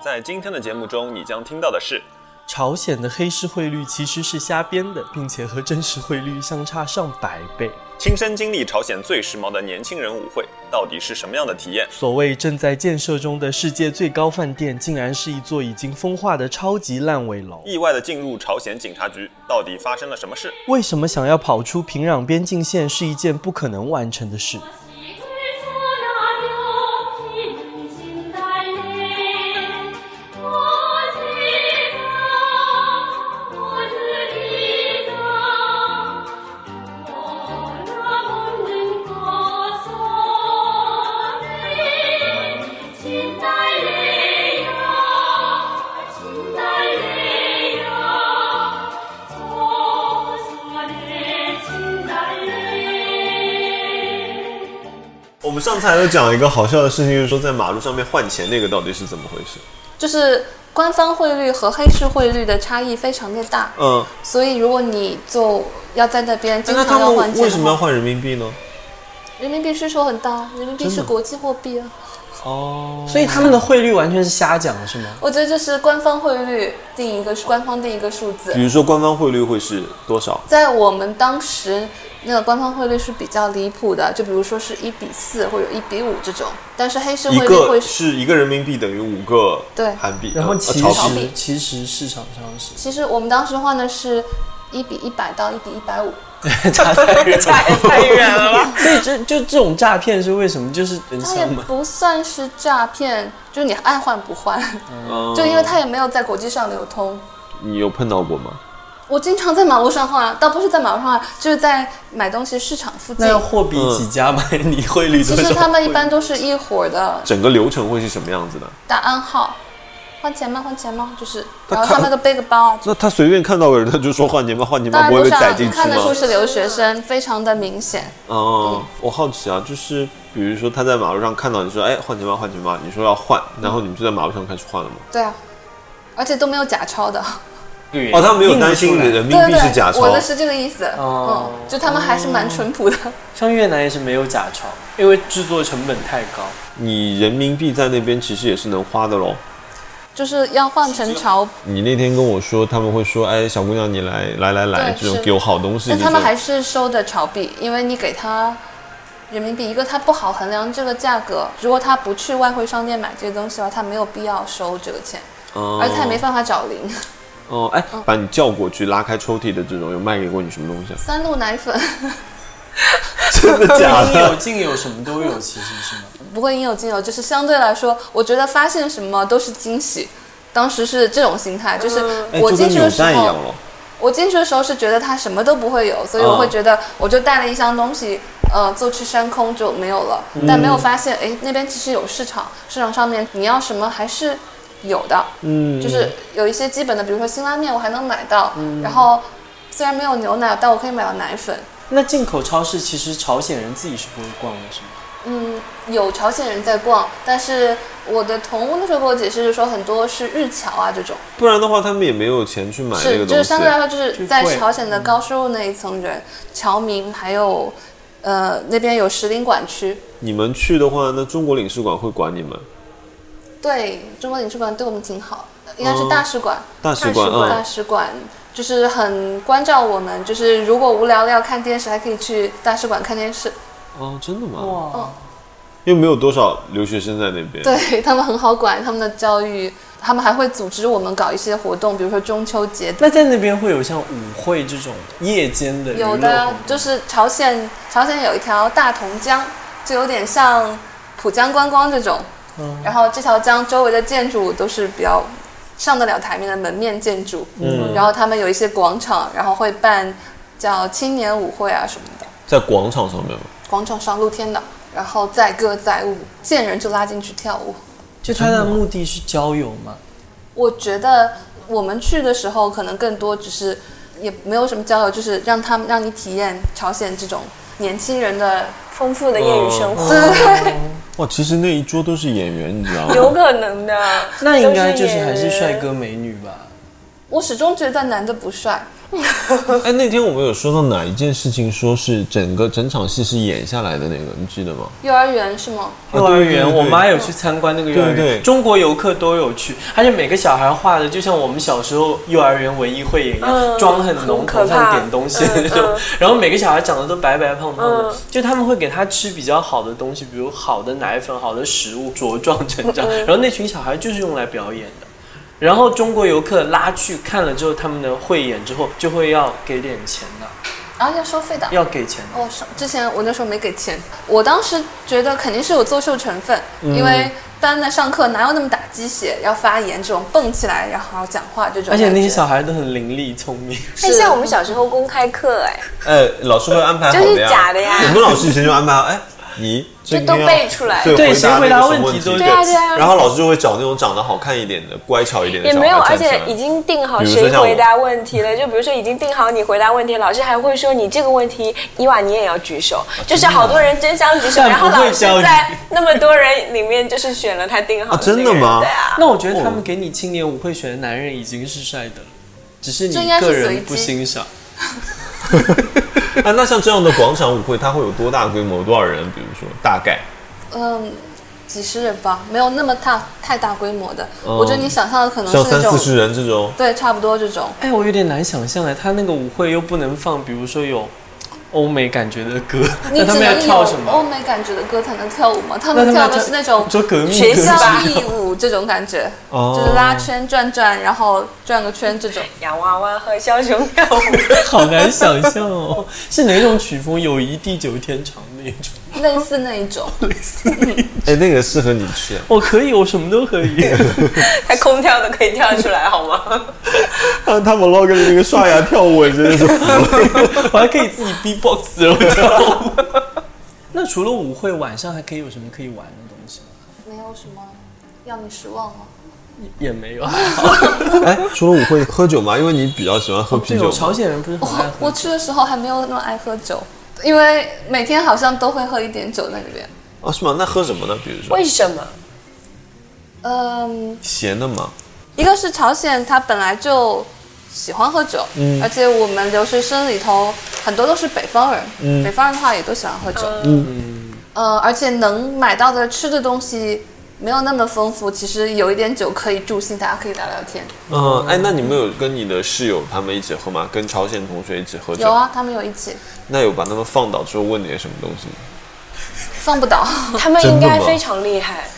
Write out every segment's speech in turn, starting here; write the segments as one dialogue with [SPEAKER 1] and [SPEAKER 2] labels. [SPEAKER 1] 在今天的节目中，你将听到的是
[SPEAKER 2] 朝鲜的黑市汇率其实是瞎编的，并且和真实汇率相差上百倍。
[SPEAKER 1] 亲身经历朝鲜最时髦的年轻人舞会，到底是什么样的体验？
[SPEAKER 2] 所谓正在建设中的世界最高饭店，竟然是一座已经风化的超级烂尾楼。
[SPEAKER 1] 意外的进入朝鲜警察局，到底发生了什么事？
[SPEAKER 2] 为什么想要跑出平壤边境线是一件不可能完成的事？
[SPEAKER 3] 진달래
[SPEAKER 4] 我们上次还有讲一个好笑的事情，就是说在马路上面换钱那个到底是怎么回事？
[SPEAKER 5] 就是官方汇率和黑市汇率的差异非常的大，
[SPEAKER 4] 嗯，
[SPEAKER 5] 所以如果你就要在那边经
[SPEAKER 4] 哎那
[SPEAKER 5] 常
[SPEAKER 4] 他
[SPEAKER 5] 要换
[SPEAKER 4] 们
[SPEAKER 5] 钱，
[SPEAKER 4] 为什么要？换人民币呢？
[SPEAKER 5] 人民币需求很大，人民币是国际货币啊。
[SPEAKER 2] 所以他们的汇率完全是瞎讲，是吗？
[SPEAKER 5] 我觉得这是官方汇率定一个官方定一个数字
[SPEAKER 4] 比，如说官方汇率会是多少？
[SPEAKER 5] 在我们当时那个官方汇率是比较离谱的，就比如说是一比四或者一比五这种，但是黑市
[SPEAKER 4] 一
[SPEAKER 5] 汇率
[SPEAKER 4] 个
[SPEAKER 5] 会是
[SPEAKER 4] 是一个人民币等于五个
[SPEAKER 5] 对
[SPEAKER 4] 韩币，
[SPEAKER 2] 然后
[SPEAKER 4] 呃
[SPEAKER 2] 其
[SPEAKER 4] 呃朝币
[SPEAKER 2] 实其实市场上是
[SPEAKER 5] 其实我们当时换的是一比一百到一比一百五，
[SPEAKER 2] 差太远，太太远了吧？ 所以这就这种诈骗是为什么？就是人
[SPEAKER 5] 它也
[SPEAKER 2] 像嘛。
[SPEAKER 5] 不算是诈骗，就是你爱换不换，
[SPEAKER 4] 哦
[SPEAKER 5] 就因为它也没有在国际上流通。
[SPEAKER 4] 你有碰到过吗？
[SPEAKER 5] 我经常在马路上换，倒不是在马路上换，就是在买东西市场附近
[SPEAKER 2] 那。要货比几家嘛？你汇率
[SPEAKER 5] 其
[SPEAKER 2] 多少？
[SPEAKER 5] 实他们一般都是一伙儿的，
[SPEAKER 4] 整个流程会是什么样子的？
[SPEAKER 5] 打暗号，换钱吗？换钱吗？就是，
[SPEAKER 4] 他
[SPEAKER 5] 然后
[SPEAKER 4] 看
[SPEAKER 5] 他们都背个包啊。
[SPEAKER 4] 那他随便看到个人，他就说换钱吧，换钱
[SPEAKER 5] 当
[SPEAKER 4] 吧，
[SPEAKER 5] 然
[SPEAKER 4] 不会
[SPEAKER 5] 路
[SPEAKER 4] 被
[SPEAKER 5] 上
[SPEAKER 4] 逮进去
[SPEAKER 5] 看得出
[SPEAKER 4] 吗？
[SPEAKER 5] 是留学生，非常的明显。
[SPEAKER 4] 哦，我好奇啊，就是比如说他在马路上看到你说，哎，换钱吧，换钱吧，你说要换，然后你们就在马路上开始换了吗？
[SPEAKER 5] 对啊，而且都没有假钞的。
[SPEAKER 2] 嗯
[SPEAKER 4] 哦，他没有担心人民
[SPEAKER 5] 对
[SPEAKER 4] 币是
[SPEAKER 5] 对
[SPEAKER 4] 假
[SPEAKER 5] 对，
[SPEAKER 4] 钞
[SPEAKER 5] 我，的是这个意思。
[SPEAKER 2] 哦
[SPEAKER 5] 嗯，就他们还是蛮淳朴的。
[SPEAKER 2] 像越南也是没有假钞，因为制作成本太高。
[SPEAKER 4] 你人民币在那边其实也是能花的喽。
[SPEAKER 5] 就是要换成潮，
[SPEAKER 4] 你那天跟我说，他们会说，哎，小姑娘你来来来来，
[SPEAKER 5] 对
[SPEAKER 4] 这种
[SPEAKER 5] 是
[SPEAKER 4] 给我好东西。
[SPEAKER 5] 但
[SPEAKER 4] 这
[SPEAKER 5] 他们
[SPEAKER 4] 种
[SPEAKER 5] 还是收的潮币，因为你给他人民币，一个他不好衡量这个价格，如果他不去外汇商店买这个东西的话，他没有必要收这个钱，
[SPEAKER 4] 哦
[SPEAKER 5] 而且他嗯也没办法找零。
[SPEAKER 4] 哦，哎，把你叫过去拉开抽屉的这种，有卖给过你什么东 西啊？
[SPEAKER 5] 三鹿奶粉
[SPEAKER 4] 真的假
[SPEAKER 2] 应有
[SPEAKER 4] 的？
[SPEAKER 2] 尽有，什么都有，其实是吗？
[SPEAKER 5] 不会应有尽有，就是相对来说，我觉得发现什么都是惊喜。当时是这种心态，就是
[SPEAKER 4] 哎，
[SPEAKER 5] 我
[SPEAKER 4] 就
[SPEAKER 5] 进
[SPEAKER 4] 跟
[SPEAKER 5] 去
[SPEAKER 4] 扭
[SPEAKER 5] 的时
[SPEAKER 4] 蛋一样
[SPEAKER 5] 候，
[SPEAKER 4] 咯。
[SPEAKER 5] 我进去的时候是觉得它什么都不会有，所以我会觉得我就带了一箱东西，呃，坐吃山空就没有了。但没有发现，哎，那边其实有市场，市场上面你要什么还是有的，
[SPEAKER 4] 嗯，
[SPEAKER 5] 就是有一些基本的，比如说辛拉面我还能买到，然后虽然没有牛奶，但我可以买到奶粉。
[SPEAKER 2] 那进口超市其实朝鲜人自己是不会逛的，是吗？
[SPEAKER 5] 嗯，有朝鲜人在逛，但是我的同屋那时候给我解释是说，很多是日侨啊这种，
[SPEAKER 4] 不然的话他们也没有钱去买那
[SPEAKER 5] 是就
[SPEAKER 4] 个东
[SPEAKER 5] 是
[SPEAKER 4] 西
[SPEAKER 5] 相。对来说就是在
[SPEAKER 2] 贵
[SPEAKER 5] 朝鲜的高收入那一层人，侨民还有呃那边有使领馆区，
[SPEAKER 4] 你们去的话，那中国领事馆会管你们，
[SPEAKER 5] 对中国领事馆对我们挺好的，应该是大使馆，
[SPEAKER 4] 哦大使馆
[SPEAKER 5] 大
[SPEAKER 4] 啊，
[SPEAKER 5] 使馆就是很关照我们，就是如果无聊了要看电视，还可以去大使馆看电视，
[SPEAKER 4] 哦，真的吗？
[SPEAKER 2] 哇，
[SPEAKER 4] 因为没有多少留学生在那边。
[SPEAKER 5] 对 他们很好管，他们的教育。他们还会组织我们搞一些活动，比如说中秋节
[SPEAKER 2] 那在那边会有像舞会这种夜间的娱乐
[SPEAKER 5] 有
[SPEAKER 2] 活
[SPEAKER 5] 的
[SPEAKER 2] 动
[SPEAKER 5] 就是朝鲜，朝鲜有一条大同江，就有点像浦江观光这种。然后这条江周围的建筑都是比较上得了台面的门面建筑。嗯。然后他们有一些广场，然后会办叫青年舞会啊什么的，
[SPEAKER 4] 在广场上面嘛。
[SPEAKER 5] 广场上露天的，然后载歌载舞，见人就拉进去跳舞。
[SPEAKER 2] 就它的目的是交友吗？
[SPEAKER 5] 我觉得我们去的时候，可能更多只是也没有什么交流，就是让他们让你体验朝鲜这种年轻人的
[SPEAKER 6] 丰富的业余生活，
[SPEAKER 5] 对对对，
[SPEAKER 4] 哇，其实那一桌都是演员，你知道吗？
[SPEAKER 6] 有可能的。
[SPEAKER 2] 那应该就是
[SPEAKER 6] 都演
[SPEAKER 2] 还是
[SPEAKER 6] 员
[SPEAKER 2] 帅。哥美女吧？
[SPEAKER 5] 我始终觉得男的不帅，
[SPEAKER 4] 哎，那天我们有说到哪一件事情，说是整个整场戏是演下来的那个，你记得吗？
[SPEAKER 5] 幼儿园是吗？
[SPEAKER 2] 幼儿园，
[SPEAKER 4] 啊对对对
[SPEAKER 2] 我妈有去参观那个幼儿园，
[SPEAKER 4] 对对
[SPEAKER 2] 中国游客都有去，而且每个小孩画的就像我们小时候幼儿园文艺汇演一样，
[SPEAKER 6] 嗯
[SPEAKER 2] 妆很浓，
[SPEAKER 6] 很
[SPEAKER 2] 头
[SPEAKER 6] 可
[SPEAKER 2] 上
[SPEAKER 6] 怕
[SPEAKER 2] 点东西的 那
[SPEAKER 6] 嗯
[SPEAKER 2] 种，
[SPEAKER 6] 嗯
[SPEAKER 2] 然后每个小孩长得都白白胖胖的，
[SPEAKER 6] 嗯
[SPEAKER 2] 就他们会给他吃比较好的东西，比如好的奶粉、好的食物，茁壮成长。
[SPEAKER 6] 嗯
[SPEAKER 2] 然后那群小孩就是用来表演的。然后中国游客拉去看了之后，他们的汇演之后就会要给点钱的，
[SPEAKER 5] 啊，要收费的。
[SPEAKER 2] 要给钱的。
[SPEAKER 5] 哦，是之前我那时候没给钱，我当时觉得肯定是有作秀成分，
[SPEAKER 4] 嗯
[SPEAKER 5] 因为单在上课哪有那么打鸡血，要发言这种蹦起来然后好好讲话这种
[SPEAKER 2] 而
[SPEAKER 5] 感觉。
[SPEAKER 2] 且那些小孩都很伶俐聪明，
[SPEAKER 6] 哎，像我们小时候公开课，哎，
[SPEAKER 4] 哎，老师会安排好
[SPEAKER 6] 就是
[SPEAKER 4] 的呀。
[SPEAKER 6] 假的呀
[SPEAKER 4] 我们老师以前就安排好，哎，你这
[SPEAKER 6] 就都背出来
[SPEAKER 2] 对
[SPEAKER 4] 对，
[SPEAKER 2] 谁回
[SPEAKER 4] 回
[SPEAKER 2] 答
[SPEAKER 4] 答那个
[SPEAKER 2] 问
[SPEAKER 4] 什么
[SPEAKER 2] 题
[SPEAKER 4] 题
[SPEAKER 2] 都
[SPEAKER 6] 对啊对啊
[SPEAKER 4] 然后老师就会找那种长得好看一点的、乖巧一点的
[SPEAKER 6] 也
[SPEAKER 4] 小孩
[SPEAKER 6] 没有，而
[SPEAKER 4] 站起来
[SPEAKER 6] 且已经定好
[SPEAKER 4] 比如说
[SPEAKER 6] 谁
[SPEAKER 4] 像我
[SPEAKER 6] 回答问题了。就比如说已经定好你回答问题，老师还会说你这个问题，伊娃你也要举手，
[SPEAKER 4] 啊
[SPEAKER 6] 就是好多人争相举手，
[SPEAKER 2] 但
[SPEAKER 6] 然后
[SPEAKER 2] 不会
[SPEAKER 6] 老师
[SPEAKER 2] 教你
[SPEAKER 6] 在那么多人里面就是选了他定好
[SPEAKER 4] 啊真
[SPEAKER 6] 那
[SPEAKER 4] 的
[SPEAKER 6] 个人
[SPEAKER 4] 吗
[SPEAKER 6] 对啊，
[SPEAKER 2] 那我觉得他们给你青年舞会选的男人已经是帅的了，只是你
[SPEAKER 5] 这应该是
[SPEAKER 2] 个
[SPEAKER 5] 随
[SPEAKER 2] 人
[SPEAKER 5] 机
[SPEAKER 2] 不欣赏。
[SPEAKER 4] 啊，那像这样的广场舞会，它会有多大规模？多少人？比如说，大概
[SPEAKER 5] 嗯，几十人吧，没有那么大太大规模的。
[SPEAKER 4] 嗯
[SPEAKER 2] 哦
[SPEAKER 5] 我觉得你想象的可能
[SPEAKER 4] 像
[SPEAKER 5] 哦是那
[SPEAKER 4] 三
[SPEAKER 5] 种
[SPEAKER 4] 四十人这种，
[SPEAKER 5] 对，差不多这种。
[SPEAKER 2] 哎，我有点难想象哎，他那个舞会又不能放，比如说有欧美感觉的歌，
[SPEAKER 5] 你
[SPEAKER 2] 那他
[SPEAKER 5] 只
[SPEAKER 2] 们要
[SPEAKER 5] 能
[SPEAKER 2] 跳什
[SPEAKER 5] 有欧，Oh
[SPEAKER 2] 么？
[SPEAKER 5] 美感觉的歌才能跳舞吗？他
[SPEAKER 2] 那他
[SPEAKER 5] 们
[SPEAKER 2] 们
[SPEAKER 5] 跳
[SPEAKER 2] 要
[SPEAKER 5] 的是那种
[SPEAKER 2] 你说革命
[SPEAKER 6] 学
[SPEAKER 2] 歌
[SPEAKER 6] 校
[SPEAKER 5] 交
[SPEAKER 6] 吧
[SPEAKER 2] 曲
[SPEAKER 5] 谊舞这种感觉，
[SPEAKER 4] 哦
[SPEAKER 5] 就是拉圈转转，然后转个圈这种。
[SPEAKER 6] 洋娃娃和枭雄跳舞，
[SPEAKER 2] 好难想象哦， 是哪种曲风？友谊地久天长那 种。
[SPEAKER 5] 类似那一 种，
[SPEAKER 4] 哎，那个适合你去。啊
[SPEAKER 2] 我哦可以，我什么都可以。
[SPEAKER 6] 他空跳的可以跳出来好吗？
[SPEAKER 4] 他他 vlog 里那个刷牙跳舞，我 真的是服了。
[SPEAKER 2] 我还可以自己 B-box 然后跳舞。 那除了舞会，晚上还可以有什么可以玩的东西吗？
[SPEAKER 5] 没有什么让你失望吗？
[SPEAKER 2] 也没有。啊
[SPEAKER 4] 哎，除了舞会喝酒吗？因为你比较喜欢喝啤
[SPEAKER 2] 对，
[SPEAKER 4] 酒
[SPEAKER 2] 我
[SPEAKER 5] 哦
[SPEAKER 4] 嘛。
[SPEAKER 2] 朝鲜人不是很爱喝
[SPEAKER 5] 我去的时候还没有那么爱喝酒，因为每天好像都会喝一点酒在里边。
[SPEAKER 4] 哦，是吗？那喝什么呢？比如说
[SPEAKER 6] 为什么？
[SPEAKER 5] 嗯，
[SPEAKER 4] 咸的吗？
[SPEAKER 5] 一个是朝鲜，他本来就喜欢喝酒，
[SPEAKER 4] 嗯
[SPEAKER 5] 而且我们留学生里头很多都是北方人，
[SPEAKER 4] 嗯
[SPEAKER 5] 北方人的话也都喜欢喝酒，
[SPEAKER 4] 嗯
[SPEAKER 5] 呃，而且能买到的吃的东西没有那么丰富，其实有一点酒可以助兴，大家可以聊聊天。
[SPEAKER 4] 嗯，哎，那你们有跟你的室友他们一起喝吗？跟朝鲜同学一起喝酒？
[SPEAKER 5] 有。啊，他们有一起
[SPEAKER 4] 那有把他们放倒之后问点什么东西吗？
[SPEAKER 5] 放不倒。
[SPEAKER 6] 他们应
[SPEAKER 4] 真的
[SPEAKER 6] 该
[SPEAKER 4] 吗
[SPEAKER 6] 非常厉害，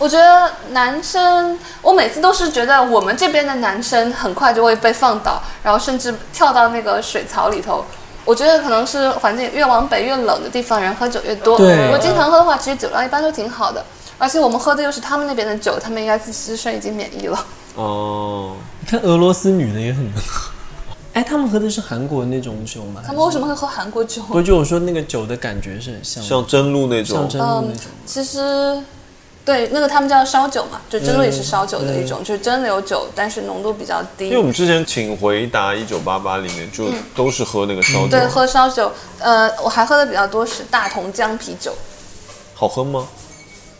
[SPEAKER 5] 我觉得男生，我每次都是觉得我们这边的男生很快就会被放倒，然后甚至跳到那个水槽里头。我觉得可能是环境越往北越冷的地方，人喝酒越多。
[SPEAKER 2] 对
[SPEAKER 5] 如果经常喝的话，其实酒量一般都挺好的。而且我们喝的又是他们那边的酒，他们应该自身已经免疫了。
[SPEAKER 4] 哦，
[SPEAKER 2] 你看俄罗斯女的也很能喝。 哎，他们喝的是韩国那种酒吗？
[SPEAKER 5] 他们为什么会喝韩国酒？
[SPEAKER 2] 不是就我说那个酒的感觉是很像
[SPEAKER 4] 像真露那
[SPEAKER 2] 像
[SPEAKER 4] 种。
[SPEAKER 2] 真露那
[SPEAKER 5] 嗯
[SPEAKER 2] 种。，
[SPEAKER 5] 其实对那个他们叫烧酒嘛，就蒸馏也是烧酒的一种，就是蒸馏酒，但是浓度比较低。
[SPEAKER 4] 嗯因为我们之前请回答一九八八里面就都是喝那个烧酒，
[SPEAKER 5] 嗯对，喝烧酒，呃，我还喝的比较多是大同江啤酒，
[SPEAKER 4] 好喝吗？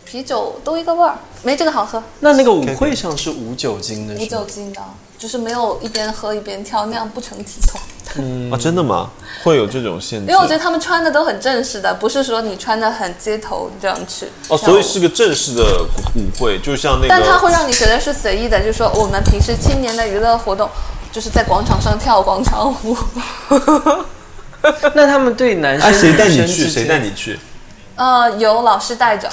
[SPEAKER 5] 啤酒都一个味儿，没这个好喝，
[SPEAKER 2] 那那个舞会上是无酒精的，
[SPEAKER 5] 无
[SPEAKER 2] 是
[SPEAKER 5] 酒
[SPEAKER 2] 吗？
[SPEAKER 5] 精的，啊就是没有一边喝一边跳，那样不成体统。
[SPEAKER 4] 啊，真的吗？会有这种限制？
[SPEAKER 5] 因为我觉得他们穿的都很正式的，不是说你穿的很街头这样去跳
[SPEAKER 4] 哦，
[SPEAKER 5] 舞
[SPEAKER 4] 所以是个正式的舞会，就像那个，
[SPEAKER 5] 但它会让你觉得是随意的，就是说我们平时青年的娱乐活动。就是在广场上跳广场 舞，
[SPEAKER 2] 那他们对男生
[SPEAKER 4] 哎，谁带你
[SPEAKER 2] 女生
[SPEAKER 4] 去？
[SPEAKER 2] 之间
[SPEAKER 4] 谁带？你去？
[SPEAKER 5] 呃，有老师带着，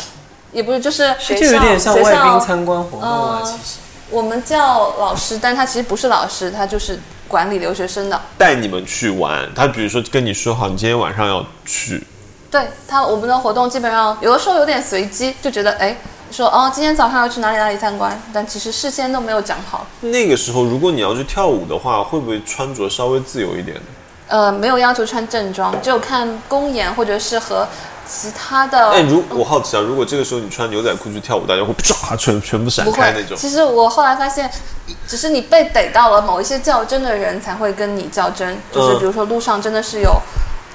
[SPEAKER 5] 也不是，就是
[SPEAKER 2] 就有点像
[SPEAKER 5] 学
[SPEAKER 2] 外
[SPEAKER 5] 校
[SPEAKER 2] 宾参观活动啊，
[SPEAKER 5] 嗯
[SPEAKER 2] 其实。
[SPEAKER 5] 我们叫老师，但他其实不是老师，他就是管理留学生的。
[SPEAKER 4] 带你们去玩。他比如说跟你说好，你今天晚上要去，
[SPEAKER 5] 对他，我们的活动基本上有的时候有点随机，就觉得哎，说哦，今天早上要去哪里哪里参观，但其实事先都没有讲好。
[SPEAKER 4] 那个时候如果你要去跳舞的话，会不会穿着稍微自由一点呢？
[SPEAKER 5] 呃，没有要求穿正装，只有看公演或者是和其他的。
[SPEAKER 4] 哎，如我好奇啊，如果这个时候你穿牛仔裤去跳舞，大家会唰全全部闪
[SPEAKER 5] 不
[SPEAKER 4] 开
[SPEAKER 5] 会
[SPEAKER 4] 那种，。
[SPEAKER 5] 其实我后来发现，只是你被逮到了某一些较真的人才会跟你较真，就是
[SPEAKER 4] 嗯
[SPEAKER 5] 比如说路上真的是有，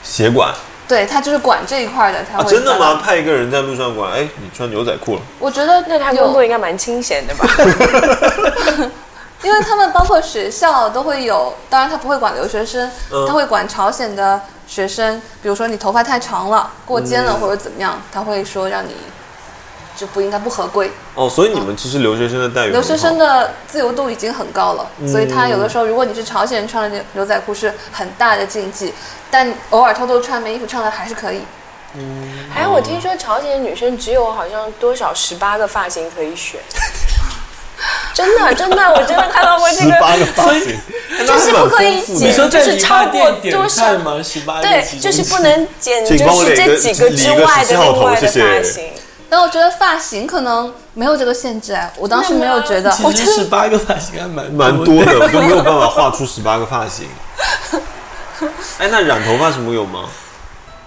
[SPEAKER 4] 协管
[SPEAKER 5] 对他就是管这一块的，他
[SPEAKER 4] 啊，
[SPEAKER 5] 会、
[SPEAKER 4] 真的吗？？派一个人在路上管，哎，你穿牛仔裤了。
[SPEAKER 5] 我觉得
[SPEAKER 6] 那他
[SPEAKER 5] 有
[SPEAKER 6] 工作应该蛮清闲的吧？
[SPEAKER 5] 因为他们包括学校都会有，当然他不会管留学生，
[SPEAKER 4] 嗯
[SPEAKER 5] 他会管朝鲜的学生，比如说你头发太长了，过肩了或者怎么样，他会说让你就不应该不合规。
[SPEAKER 4] 哦，所以你们其实留学生的待遇
[SPEAKER 5] 留学生
[SPEAKER 4] 的
[SPEAKER 5] 的自由度已经很高了，所以他有的时候，如果你是朝鲜人穿的牛仔裤是很大的禁忌，但偶尔偷偷穿没衣服穿的还是可以。
[SPEAKER 6] 哎，我听说朝鲜女生只有好像多少十八个发型可以选，真的真的，我真的看到过这
[SPEAKER 4] 十八个
[SPEAKER 6] 个。
[SPEAKER 4] 发型，哎
[SPEAKER 6] 这是不可
[SPEAKER 4] 那蛮
[SPEAKER 6] 以
[SPEAKER 5] 嗯
[SPEAKER 4] 丰富的
[SPEAKER 6] 解
[SPEAKER 2] 你说在
[SPEAKER 6] 就是
[SPEAKER 2] 理
[SPEAKER 6] 超
[SPEAKER 2] 发
[SPEAKER 6] 过
[SPEAKER 2] 店点
[SPEAKER 6] 多少
[SPEAKER 2] 菜吗？十八
[SPEAKER 6] 对，就是不能剪，就
[SPEAKER 4] 请帮我
[SPEAKER 6] 是
[SPEAKER 4] 理
[SPEAKER 6] 这
[SPEAKER 4] 个
[SPEAKER 6] 几个之
[SPEAKER 4] 理个
[SPEAKER 6] 外
[SPEAKER 4] 十
[SPEAKER 6] 的
[SPEAKER 4] 七号
[SPEAKER 6] 另
[SPEAKER 4] 头
[SPEAKER 6] 外的
[SPEAKER 4] 谢谢
[SPEAKER 6] 发型。
[SPEAKER 5] 但我觉得发型可能没有这个限制哎，我当时没有觉得，我
[SPEAKER 2] 其
[SPEAKER 5] 真
[SPEAKER 2] 实十
[SPEAKER 5] 的
[SPEAKER 2] 八个发型还蛮
[SPEAKER 4] 蛮
[SPEAKER 2] 多
[SPEAKER 4] 多 的，我都没有办法画出十八个发型。哎，那染头发什么有吗？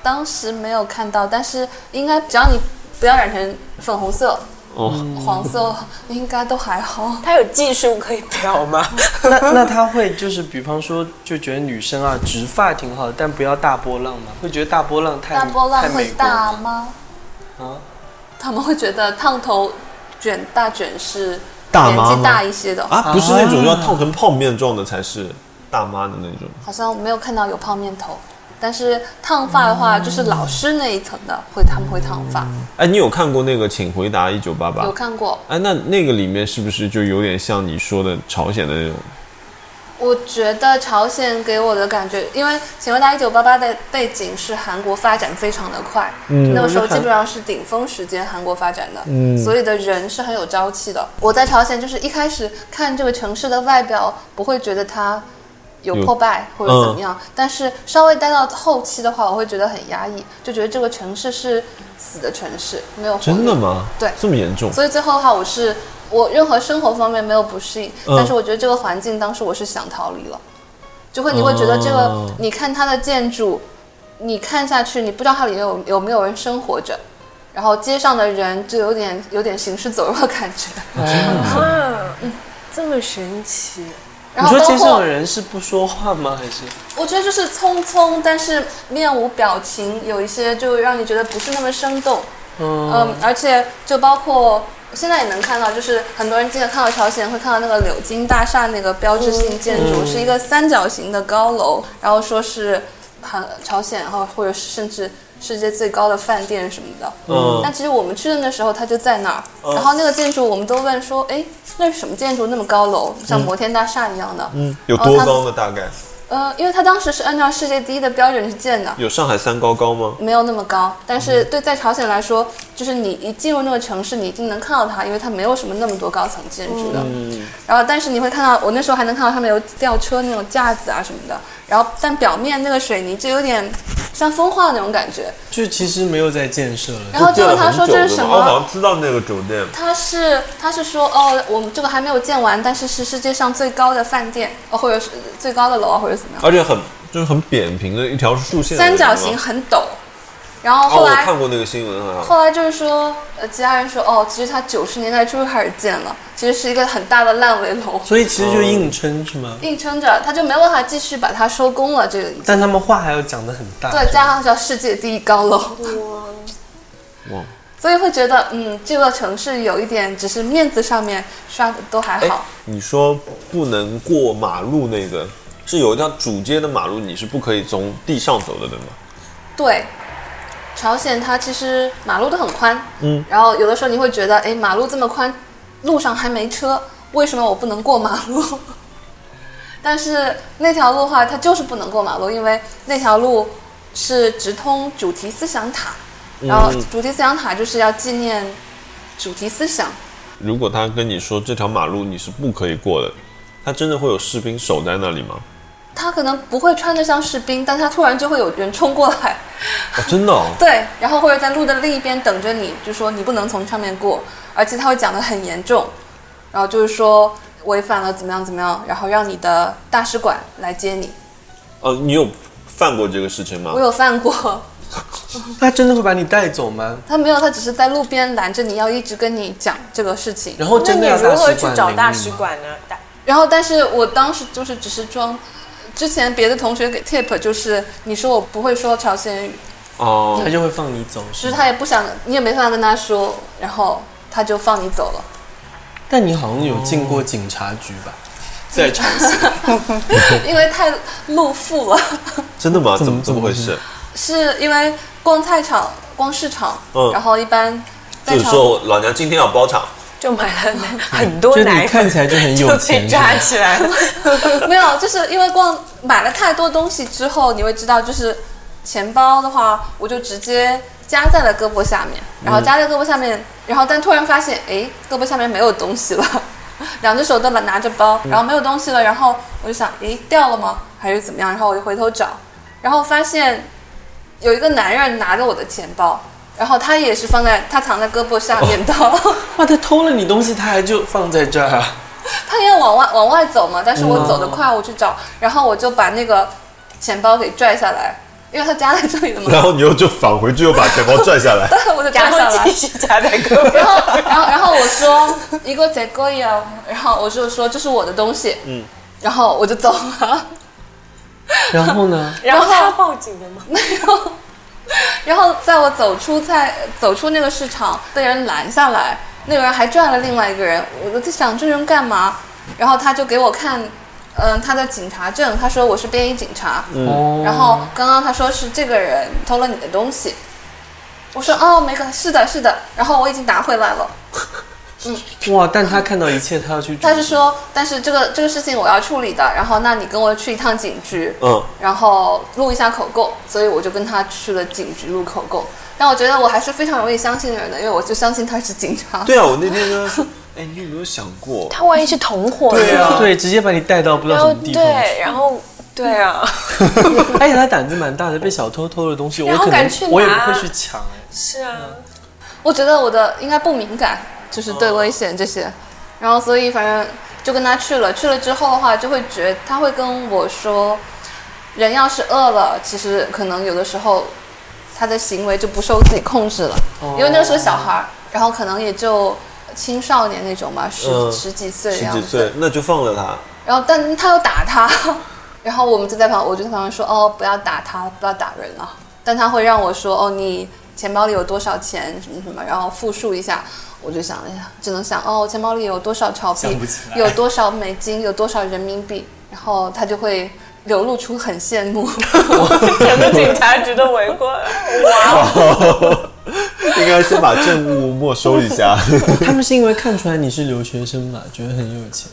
[SPEAKER 5] 当时没有看到，但是应该只要你不要染成粉红色、
[SPEAKER 4] 哦，
[SPEAKER 5] 黄色，
[SPEAKER 2] 嗯
[SPEAKER 5] 应该都还好。
[SPEAKER 6] 他有技术可以表吗？
[SPEAKER 2] 那那他会就是比方说就觉得女生啊直发挺好的，但不要大波浪嘛，会觉得大波浪太
[SPEAKER 5] 大波浪
[SPEAKER 2] 太美
[SPEAKER 5] 会
[SPEAKER 2] 国
[SPEAKER 5] 大吗？
[SPEAKER 2] 啊。
[SPEAKER 5] 他们会觉得烫头、卷大卷是
[SPEAKER 4] 大
[SPEAKER 5] 年
[SPEAKER 4] 妈
[SPEAKER 5] 纪
[SPEAKER 4] 吗
[SPEAKER 5] 大一些的，
[SPEAKER 4] 啊，不是那种要烫成泡面状的才是大妈的那种。
[SPEAKER 5] 好像没有看到有泡面头。但是烫发的
[SPEAKER 4] 嗯
[SPEAKER 5] 话，就是老师那一层的会，他们会烫发，
[SPEAKER 4] 哎，你有看过那个《请回答一九八八
[SPEAKER 5] 有》？看过。
[SPEAKER 4] 哎，那那个里面是不是就有点像你说的朝鲜的那种？
[SPEAKER 5] 我觉得朝鲜给我的感觉，因为《请回答一九八八》的背景是韩国发展非常的快，
[SPEAKER 4] 嗯
[SPEAKER 5] 那个时候基本上是顶峰时间韩国发展的，所以的人是很有朝气的。我在朝鲜就是一开始看这个城市的外表，不会觉得它有
[SPEAKER 4] 有
[SPEAKER 5] 破败或者怎么
[SPEAKER 4] 嗯
[SPEAKER 5] 样，但是稍微待到后期的话，我会觉得很压抑，就觉得这个城市是死的城市，没有活
[SPEAKER 4] 真
[SPEAKER 5] 力
[SPEAKER 4] 的吗？
[SPEAKER 5] 对
[SPEAKER 4] 这么严重？
[SPEAKER 5] 所以最后的话，我是我任何生活方面没有不适应，
[SPEAKER 4] 嗯
[SPEAKER 5] 但是我觉得这个环境当时我是想逃离了，就会你会觉得这个，
[SPEAKER 4] 哦
[SPEAKER 5] 你看它的建筑，你看下去，你不知道它里面有有没有人生活着。然后街上的人就有点有点行尸走肉的感觉，
[SPEAKER 6] 啊，这么神奇。
[SPEAKER 5] 然
[SPEAKER 2] 你说
[SPEAKER 5] 后包
[SPEAKER 2] 街上
[SPEAKER 5] 括
[SPEAKER 2] 的人是不说话吗？还是
[SPEAKER 5] 我觉得就是匆匆，但是面无表情，有一些就让你觉得不是那么生动。嗯，而且就包括现在也能看到，就是很多人经常看到朝鲜会看到那个柳金大厦那个标志性建筑，
[SPEAKER 4] 嗯
[SPEAKER 5] 是一个三角形的高楼，然后说是韩朝鲜，然后或者是甚至世界最高的饭店什么的。
[SPEAKER 4] 嗯
[SPEAKER 5] 但其实我们去的那时候，它就在那儿。然后那个建筑，我们都问说，哎，那是什么建筑？那么高楼，像摩天大厦一样的。
[SPEAKER 4] 嗯，有多高呢？大概
[SPEAKER 5] 呃，因为它当时是按照世界第一的标准去建的，
[SPEAKER 4] 有上海三高高吗？
[SPEAKER 5] 没有那么高，但是对在朝鲜来说，就是你一进入那个城市，你一定能看到它，因为它没有什么那么多高层建筑的。然后，但是你会看到，我那时候还能看到上面有吊车那种架子啊什么的。然后，但表面那个水泥就有点像风化那种感觉。
[SPEAKER 2] 就其实没有在建设了，
[SPEAKER 5] 然后就是他说这是什
[SPEAKER 4] 哦我好
[SPEAKER 5] 么？
[SPEAKER 4] 像知道那个酒店。
[SPEAKER 5] 他是他是说哦，我们这个还没有建完，但是是世界上最高的饭店，哦、或者是最高的楼啊，或者怎么样？
[SPEAKER 4] 而且很就是很扁平的一条竖线的那
[SPEAKER 5] 三
[SPEAKER 4] 种吗，
[SPEAKER 5] 角形很陡。然后
[SPEAKER 4] 哦，
[SPEAKER 5] 后
[SPEAKER 4] 我
[SPEAKER 5] 来、
[SPEAKER 4] 看过那个新闻，好像
[SPEAKER 5] 后来就是说，呃，其他人说，哦，其实它九十年代初就开始建了，其实是一个很大的烂尾楼，
[SPEAKER 2] 所以其实就硬撑是吗？
[SPEAKER 5] 硬撑着，它就没有办法继续把它收工了。这个已经
[SPEAKER 2] 但他们话还要讲得很大，
[SPEAKER 5] 对，加上叫世界第一高楼，
[SPEAKER 4] 哇，
[SPEAKER 5] 所以会觉得，嗯，这个城市有一点，只是面子上面刷的都还
[SPEAKER 4] 哎
[SPEAKER 5] 好。，
[SPEAKER 4] 你说不能过马路那个，是有一条主街的马路，你是不可以从地上走的，对吗？
[SPEAKER 5] 对，朝鲜它其实马路都很宽，
[SPEAKER 4] 嗯，
[SPEAKER 5] 然后有的时候你会觉得，哎，马路这么宽，路上还没车，为什么我不能过马路？ 但是那条路的话，它就是不能过马路，因为那条路是直通主题思想塔，然后主题思想塔就是要纪念主题思想，
[SPEAKER 4] 如果他跟你说这条马路你是不可以过的，他真的会有士兵守在那里吗？
[SPEAKER 5] 他可能不会穿得像士兵，但他突然就会有人冲过来，，
[SPEAKER 4] 哦、真的、哦
[SPEAKER 5] 对，然后或者在路的另一边等着你，就说你不能从上面过，而且他会讲得很严重，然后就是说违反了怎么样怎么样，然后让你的大使馆来接你。
[SPEAKER 4] 呃，你有犯过这个事情吗
[SPEAKER 5] 我？有犯过，
[SPEAKER 2] 他真的会把你带走吗？
[SPEAKER 5] 他没有，他只是在路边拦着你，要一直跟你讲这个事情。
[SPEAKER 2] 然后
[SPEAKER 6] 那
[SPEAKER 2] 真
[SPEAKER 6] 你
[SPEAKER 2] 的要
[SPEAKER 6] 如何去
[SPEAKER 2] 领
[SPEAKER 6] 找
[SPEAKER 2] 你
[SPEAKER 6] 大
[SPEAKER 2] 吗
[SPEAKER 6] 使？馆呢？大
[SPEAKER 5] 然后，但是我当时就是只是装。之前别的同学给 tip 就是，你说我不会说朝鲜语，
[SPEAKER 4] 哦
[SPEAKER 2] 他，就会放你走，
[SPEAKER 5] 就是是
[SPEAKER 2] 吗
[SPEAKER 5] 他也不想，你也没办法跟他说，然后他就放你走了。
[SPEAKER 2] 但你好像有进过警察局吧？在长兴，
[SPEAKER 5] 因为太 露富了，
[SPEAKER 4] 真的吗？
[SPEAKER 2] 怎
[SPEAKER 4] 怎
[SPEAKER 2] 么
[SPEAKER 4] 么怎么回
[SPEAKER 2] 怎
[SPEAKER 4] 事？
[SPEAKER 5] 是因为逛菜场、逛市场，
[SPEAKER 4] 嗯
[SPEAKER 5] 然后一般在
[SPEAKER 4] 就是
[SPEAKER 5] 场
[SPEAKER 4] 说老娘今天要包场，
[SPEAKER 6] 就买了很哦多
[SPEAKER 2] 就你
[SPEAKER 6] 奶粉，
[SPEAKER 2] 看起来就很
[SPEAKER 6] 就
[SPEAKER 2] 有
[SPEAKER 6] 被
[SPEAKER 2] 钱，
[SPEAKER 6] 抓起来了。
[SPEAKER 5] 没有，就是因为逛买了太多东西之后，你会知道，就是钱包的话，我就直接夹在了胳膊下面，然后夹在胳膊下面，然后但突然发现，哎，胳膊下面没有东西了， 两只手都拿拿着包，然后没有东西了，然后我就想，哎，掉了吗？还是怎么样？然后我就回头找，然后发现有一个男人拿着我的钱包。然后他也是放在他藏在胳膊下面的，
[SPEAKER 2] 哇，啊他偷了你东西，他还就放在这儿啊，
[SPEAKER 5] 他要往外往外走嘛，但是我走得快，我去找，然后我就把那个钱包给拽下来，因为他夹在这里了嘛，
[SPEAKER 4] 然后你又就返回去又把钱包拽下来，
[SPEAKER 5] 我就拽
[SPEAKER 6] 然
[SPEAKER 5] 下
[SPEAKER 6] 后继
[SPEAKER 5] 来。
[SPEAKER 6] 续夹在胳膊
[SPEAKER 5] 然后，然后，然后我说一个在哥呀，然后我就说这是我的东西，嗯，然后我就走了，
[SPEAKER 2] 然后呢？
[SPEAKER 6] 然后他报警了吗？
[SPEAKER 5] 没有。然后在我走出菜走出那个市场，被人拦下来，那个人还拽了另外一个人，我就在想这人干嘛？然后他就给我看，嗯、他的警察证，他说我是便衣警察，
[SPEAKER 2] 哦
[SPEAKER 5] 然后刚刚他说是这个人偷了你的东西，我说哦没个是的是的，然后我已经拿回来了。
[SPEAKER 2] 哇，但他看到一切，他要去主，
[SPEAKER 5] 他是说，但是这个这个事情我要处理的，然后那你跟我去一趟警局，
[SPEAKER 4] 嗯，
[SPEAKER 5] 然后录一下口供，所以我就跟他去了警局录口供。但我觉得我还是非常容易相信人的，因为我就相信他是警察。
[SPEAKER 4] 对啊，我那天呢，哎，你有没有想过？
[SPEAKER 6] 他万一是同伙呢？
[SPEAKER 4] 对啊
[SPEAKER 2] 对，直接把你带到不知
[SPEAKER 6] 然
[SPEAKER 2] 道
[SPEAKER 6] 后
[SPEAKER 2] 什么地方去。
[SPEAKER 6] 对，然后对啊，
[SPEAKER 2] 而且他胆子蛮大的，被小偷偷的东西，我
[SPEAKER 6] 然后
[SPEAKER 2] 可
[SPEAKER 6] 敢
[SPEAKER 2] 能
[SPEAKER 6] 去
[SPEAKER 2] 我也
[SPEAKER 6] 拿
[SPEAKER 2] 不会去抢。哎
[SPEAKER 6] 是啊，
[SPEAKER 5] 我觉得我的应该不敏感，就是对危险这些。然后所以反正就跟他去了，去了之后的话，就会觉他会跟我说，人要是饿了，其实可能有的时候他的行为就不受自己控制了，因为那个时候小孩儿，然后可能也就青少年那种吧，十、
[SPEAKER 4] 嗯
[SPEAKER 5] 十几岁的
[SPEAKER 4] 十
[SPEAKER 5] 样
[SPEAKER 4] 几
[SPEAKER 5] 子。
[SPEAKER 4] 岁，那就放了他。
[SPEAKER 5] 然后但他又打他， 然后我们就在旁，我就在旁边说哦，不要打他，不要打人了。但他会让我说哦，你钱包里有多少钱，什么什么，然后复述一下。我就想，哎呀，只能想哦，钱包里有多少钞
[SPEAKER 2] 想
[SPEAKER 5] 币
[SPEAKER 2] 不起，来
[SPEAKER 5] 有多少美金，有多少人民币，然后他就会流露出很羡 慕。
[SPEAKER 6] 整个警察局都围过来。
[SPEAKER 4] 应该先把证物没收一下。
[SPEAKER 2] 他们是因为看出来你是留学生吧，觉得很有钱。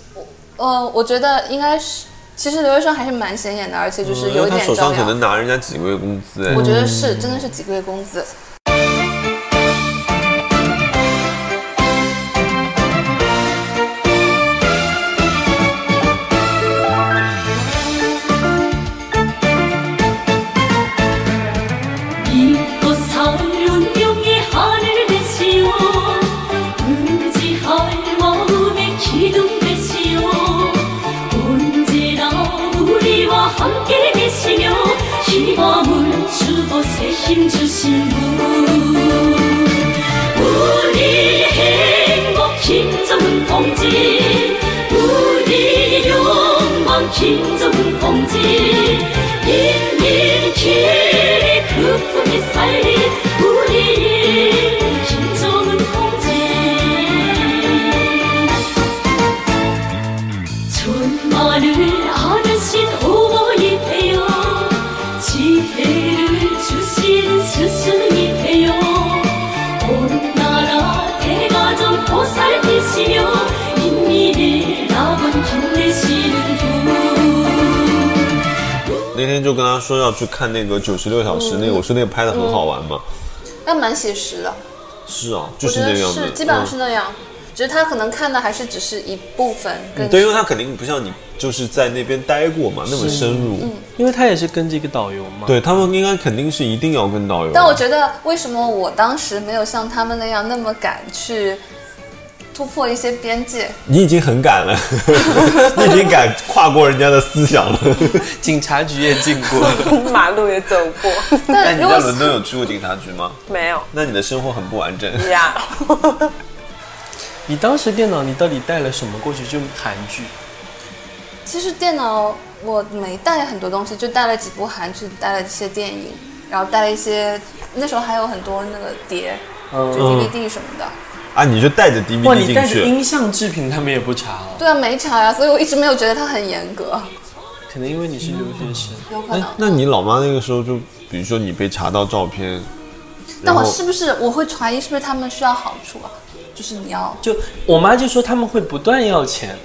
[SPEAKER 5] 呃，我觉得应该是，其实留学生还是蛮显眼的，而且就是
[SPEAKER 4] 因
[SPEAKER 5] 有
[SPEAKER 4] 为
[SPEAKER 5] 一
[SPEAKER 4] 嗯他
[SPEAKER 5] 点
[SPEAKER 4] 手
[SPEAKER 5] 招
[SPEAKER 4] 上可
[SPEAKER 5] 摇
[SPEAKER 4] 能。拿人家几个月工资，哎
[SPEAKER 5] 我，觉得是，真的是几个月工资。
[SPEAKER 3] 잊고 서른 용의 하늘 되시오 울지 할 마음의 기둥 되시오 언제나 우리와 함께 계시며 희망을 주고 새 힘 주신 분 우리 행복 김정은 공지 우리 욕망 김정은 공지 인민 길이 그 품이 살린 우리 김정은 공지 존만을 아르신 어머니 되어 지혜를 주신 스승이 되어 온 나라 대가정 보살피시며 인민의 낙은 빛내시는 분
[SPEAKER 4] 那天就跟他说要去看那个九十六小时那个，我说那个拍的很好玩嘛。
[SPEAKER 5] 那蛮写实的，
[SPEAKER 4] 是啊，
[SPEAKER 5] 我
[SPEAKER 4] 就
[SPEAKER 5] 觉
[SPEAKER 4] 是那
[SPEAKER 5] 得
[SPEAKER 4] 个样
[SPEAKER 5] 是
[SPEAKER 4] 子，
[SPEAKER 5] 基本上
[SPEAKER 4] 嗯
[SPEAKER 5] 是那样，只是他可能看的还是只是一部分，跟
[SPEAKER 4] 嗯对，因为他肯定不像你，就是在那边待过嘛，那么深入。
[SPEAKER 5] 嗯
[SPEAKER 2] 因为他也是跟着一个导游嘛，
[SPEAKER 4] 对他们应该肯定是一定要跟导游。
[SPEAKER 5] 但我觉得，为什么我当时没有像他们那样那么敢去突破一些边 界？
[SPEAKER 4] 你已经很 敢了，你已经敢跨过人家的思想了。
[SPEAKER 2] 警察局也进过了。
[SPEAKER 6] 马路也走 过，
[SPEAKER 4] 那
[SPEAKER 5] 但
[SPEAKER 4] 哎你
[SPEAKER 5] 如
[SPEAKER 4] 在
[SPEAKER 5] 果
[SPEAKER 4] 伦敦有去过警察局吗？
[SPEAKER 6] 没有
[SPEAKER 4] 那你的生活很不完整。
[SPEAKER 5] 嗯
[SPEAKER 6] 呀。
[SPEAKER 2] 你当时电脑你到底带了什么过去？就韩剧，
[SPEAKER 5] 其实电脑我没带很多东西，就带了几部韩剧，带了一些电影，然后带了一些那时候还有很多那个碟、
[SPEAKER 2] 嗯，
[SPEAKER 5] DVD 什么的，
[SPEAKER 4] 啊，你就带着
[SPEAKER 2] 哇，
[SPEAKER 4] DVD
[SPEAKER 2] 你带着
[SPEAKER 4] 进去，
[SPEAKER 2] 音像制品，他们也不查哦。
[SPEAKER 5] 对啊，没查呀，所以我一直没有觉得它很严格，
[SPEAKER 2] 可能因为你是留学生，
[SPEAKER 6] 嗯
[SPEAKER 5] 有可能。
[SPEAKER 4] 那你老妈那个时候就，比如说你被查到照片，
[SPEAKER 5] 但
[SPEAKER 4] 然
[SPEAKER 5] 我
[SPEAKER 4] 后
[SPEAKER 5] 是不是我会怀疑是不是他们需要好处啊？就是你要
[SPEAKER 2] 就我妈就说他们会不断要钱，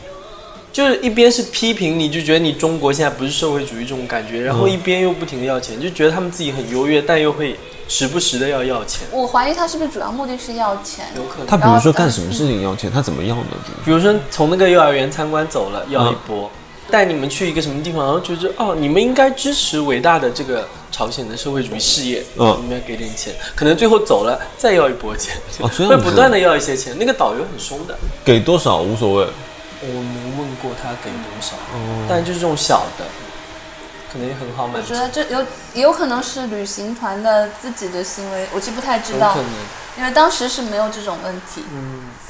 [SPEAKER 2] 就是一边是批评你，就觉得你中国现在不是社会主义这种感觉，然后一边又不停的要钱，就觉得他们自己很优越，但又会时不时的要要钱。
[SPEAKER 5] 我怀疑他是不是主要目的是要钱？
[SPEAKER 2] 有可能
[SPEAKER 4] 她比如说干什么事情要钱，她怎么要呢？比如
[SPEAKER 2] 比如说从那个幼儿园参观走了，要一波，
[SPEAKER 4] 嗯
[SPEAKER 2] 带你们去一个什么地方，然后觉得哦，你们应该支持伟大的这个朝鲜的社会主义事业，
[SPEAKER 4] 嗯
[SPEAKER 2] 你们要给点钱，可能最后走了再要一波钱，
[SPEAKER 4] 哦这样子
[SPEAKER 2] 会不断的要一些钱。那个导游很凶的，
[SPEAKER 4] 给多少无所谓，
[SPEAKER 2] 我没问过他给多少，
[SPEAKER 4] 哦
[SPEAKER 2] 但就是这种小的，可能也很好满
[SPEAKER 5] 嗯我
[SPEAKER 2] 足
[SPEAKER 5] 觉，得这有也有可能是旅行团的自己的行为，我记不太知
[SPEAKER 2] 有
[SPEAKER 5] 道
[SPEAKER 2] 可，能。嗯
[SPEAKER 5] 因为当时是没有这种问题。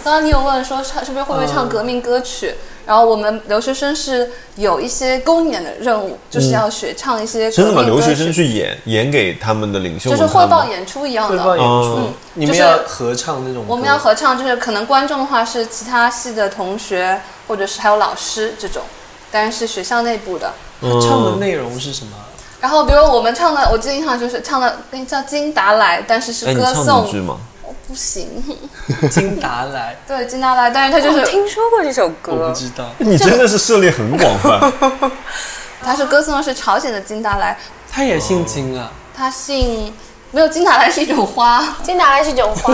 [SPEAKER 5] 刚刚你有问说唱是不是会不会唱革命歌曲，然后我们留学生是有一些公演的任务，就是要学唱一些革
[SPEAKER 4] 嗯真的
[SPEAKER 5] 命
[SPEAKER 4] 吗？
[SPEAKER 5] 歌曲，
[SPEAKER 4] 留学生去演演给他们的领袖
[SPEAKER 5] 就
[SPEAKER 4] 们
[SPEAKER 5] 是
[SPEAKER 4] 看
[SPEAKER 5] 汇报
[SPEAKER 4] 吗
[SPEAKER 5] 演出一样
[SPEAKER 2] 汇
[SPEAKER 5] 的。
[SPEAKER 2] 报演出，
[SPEAKER 4] 嗯
[SPEAKER 2] 你们
[SPEAKER 5] 就是
[SPEAKER 2] 要合唱那种歌，
[SPEAKER 5] 我们要合唱，就是可能观众的话是其他系的同学，或者是还有老师这种，当然是学校内部的。
[SPEAKER 2] 合唱的内容是什么？
[SPEAKER 5] 然后比如我们唱的，我记得印象就是唱的那叫《金达莱》，但是
[SPEAKER 4] 哎，
[SPEAKER 5] 是
[SPEAKER 4] 你
[SPEAKER 5] 歌
[SPEAKER 4] 唱几句
[SPEAKER 5] 颂，
[SPEAKER 4] 吗？
[SPEAKER 5] 不行。
[SPEAKER 2] 金达莱，
[SPEAKER 5] 对，《金达莱》，但是它就
[SPEAKER 6] 我
[SPEAKER 5] 是
[SPEAKER 6] 哦听说过这首
[SPEAKER 2] 我
[SPEAKER 6] 歌
[SPEAKER 2] 不，知
[SPEAKER 5] 嗯
[SPEAKER 2] 道，
[SPEAKER 4] 你真的是涉猎很广 泛，
[SPEAKER 5] 它是歌颂的是朝鲜的金达莱，
[SPEAKER 2] 他也姓金啊。
[SPEAKER 5] 他姓没有金达莱是一种花，
[SPEAKER 6] 金达莱是一种 花、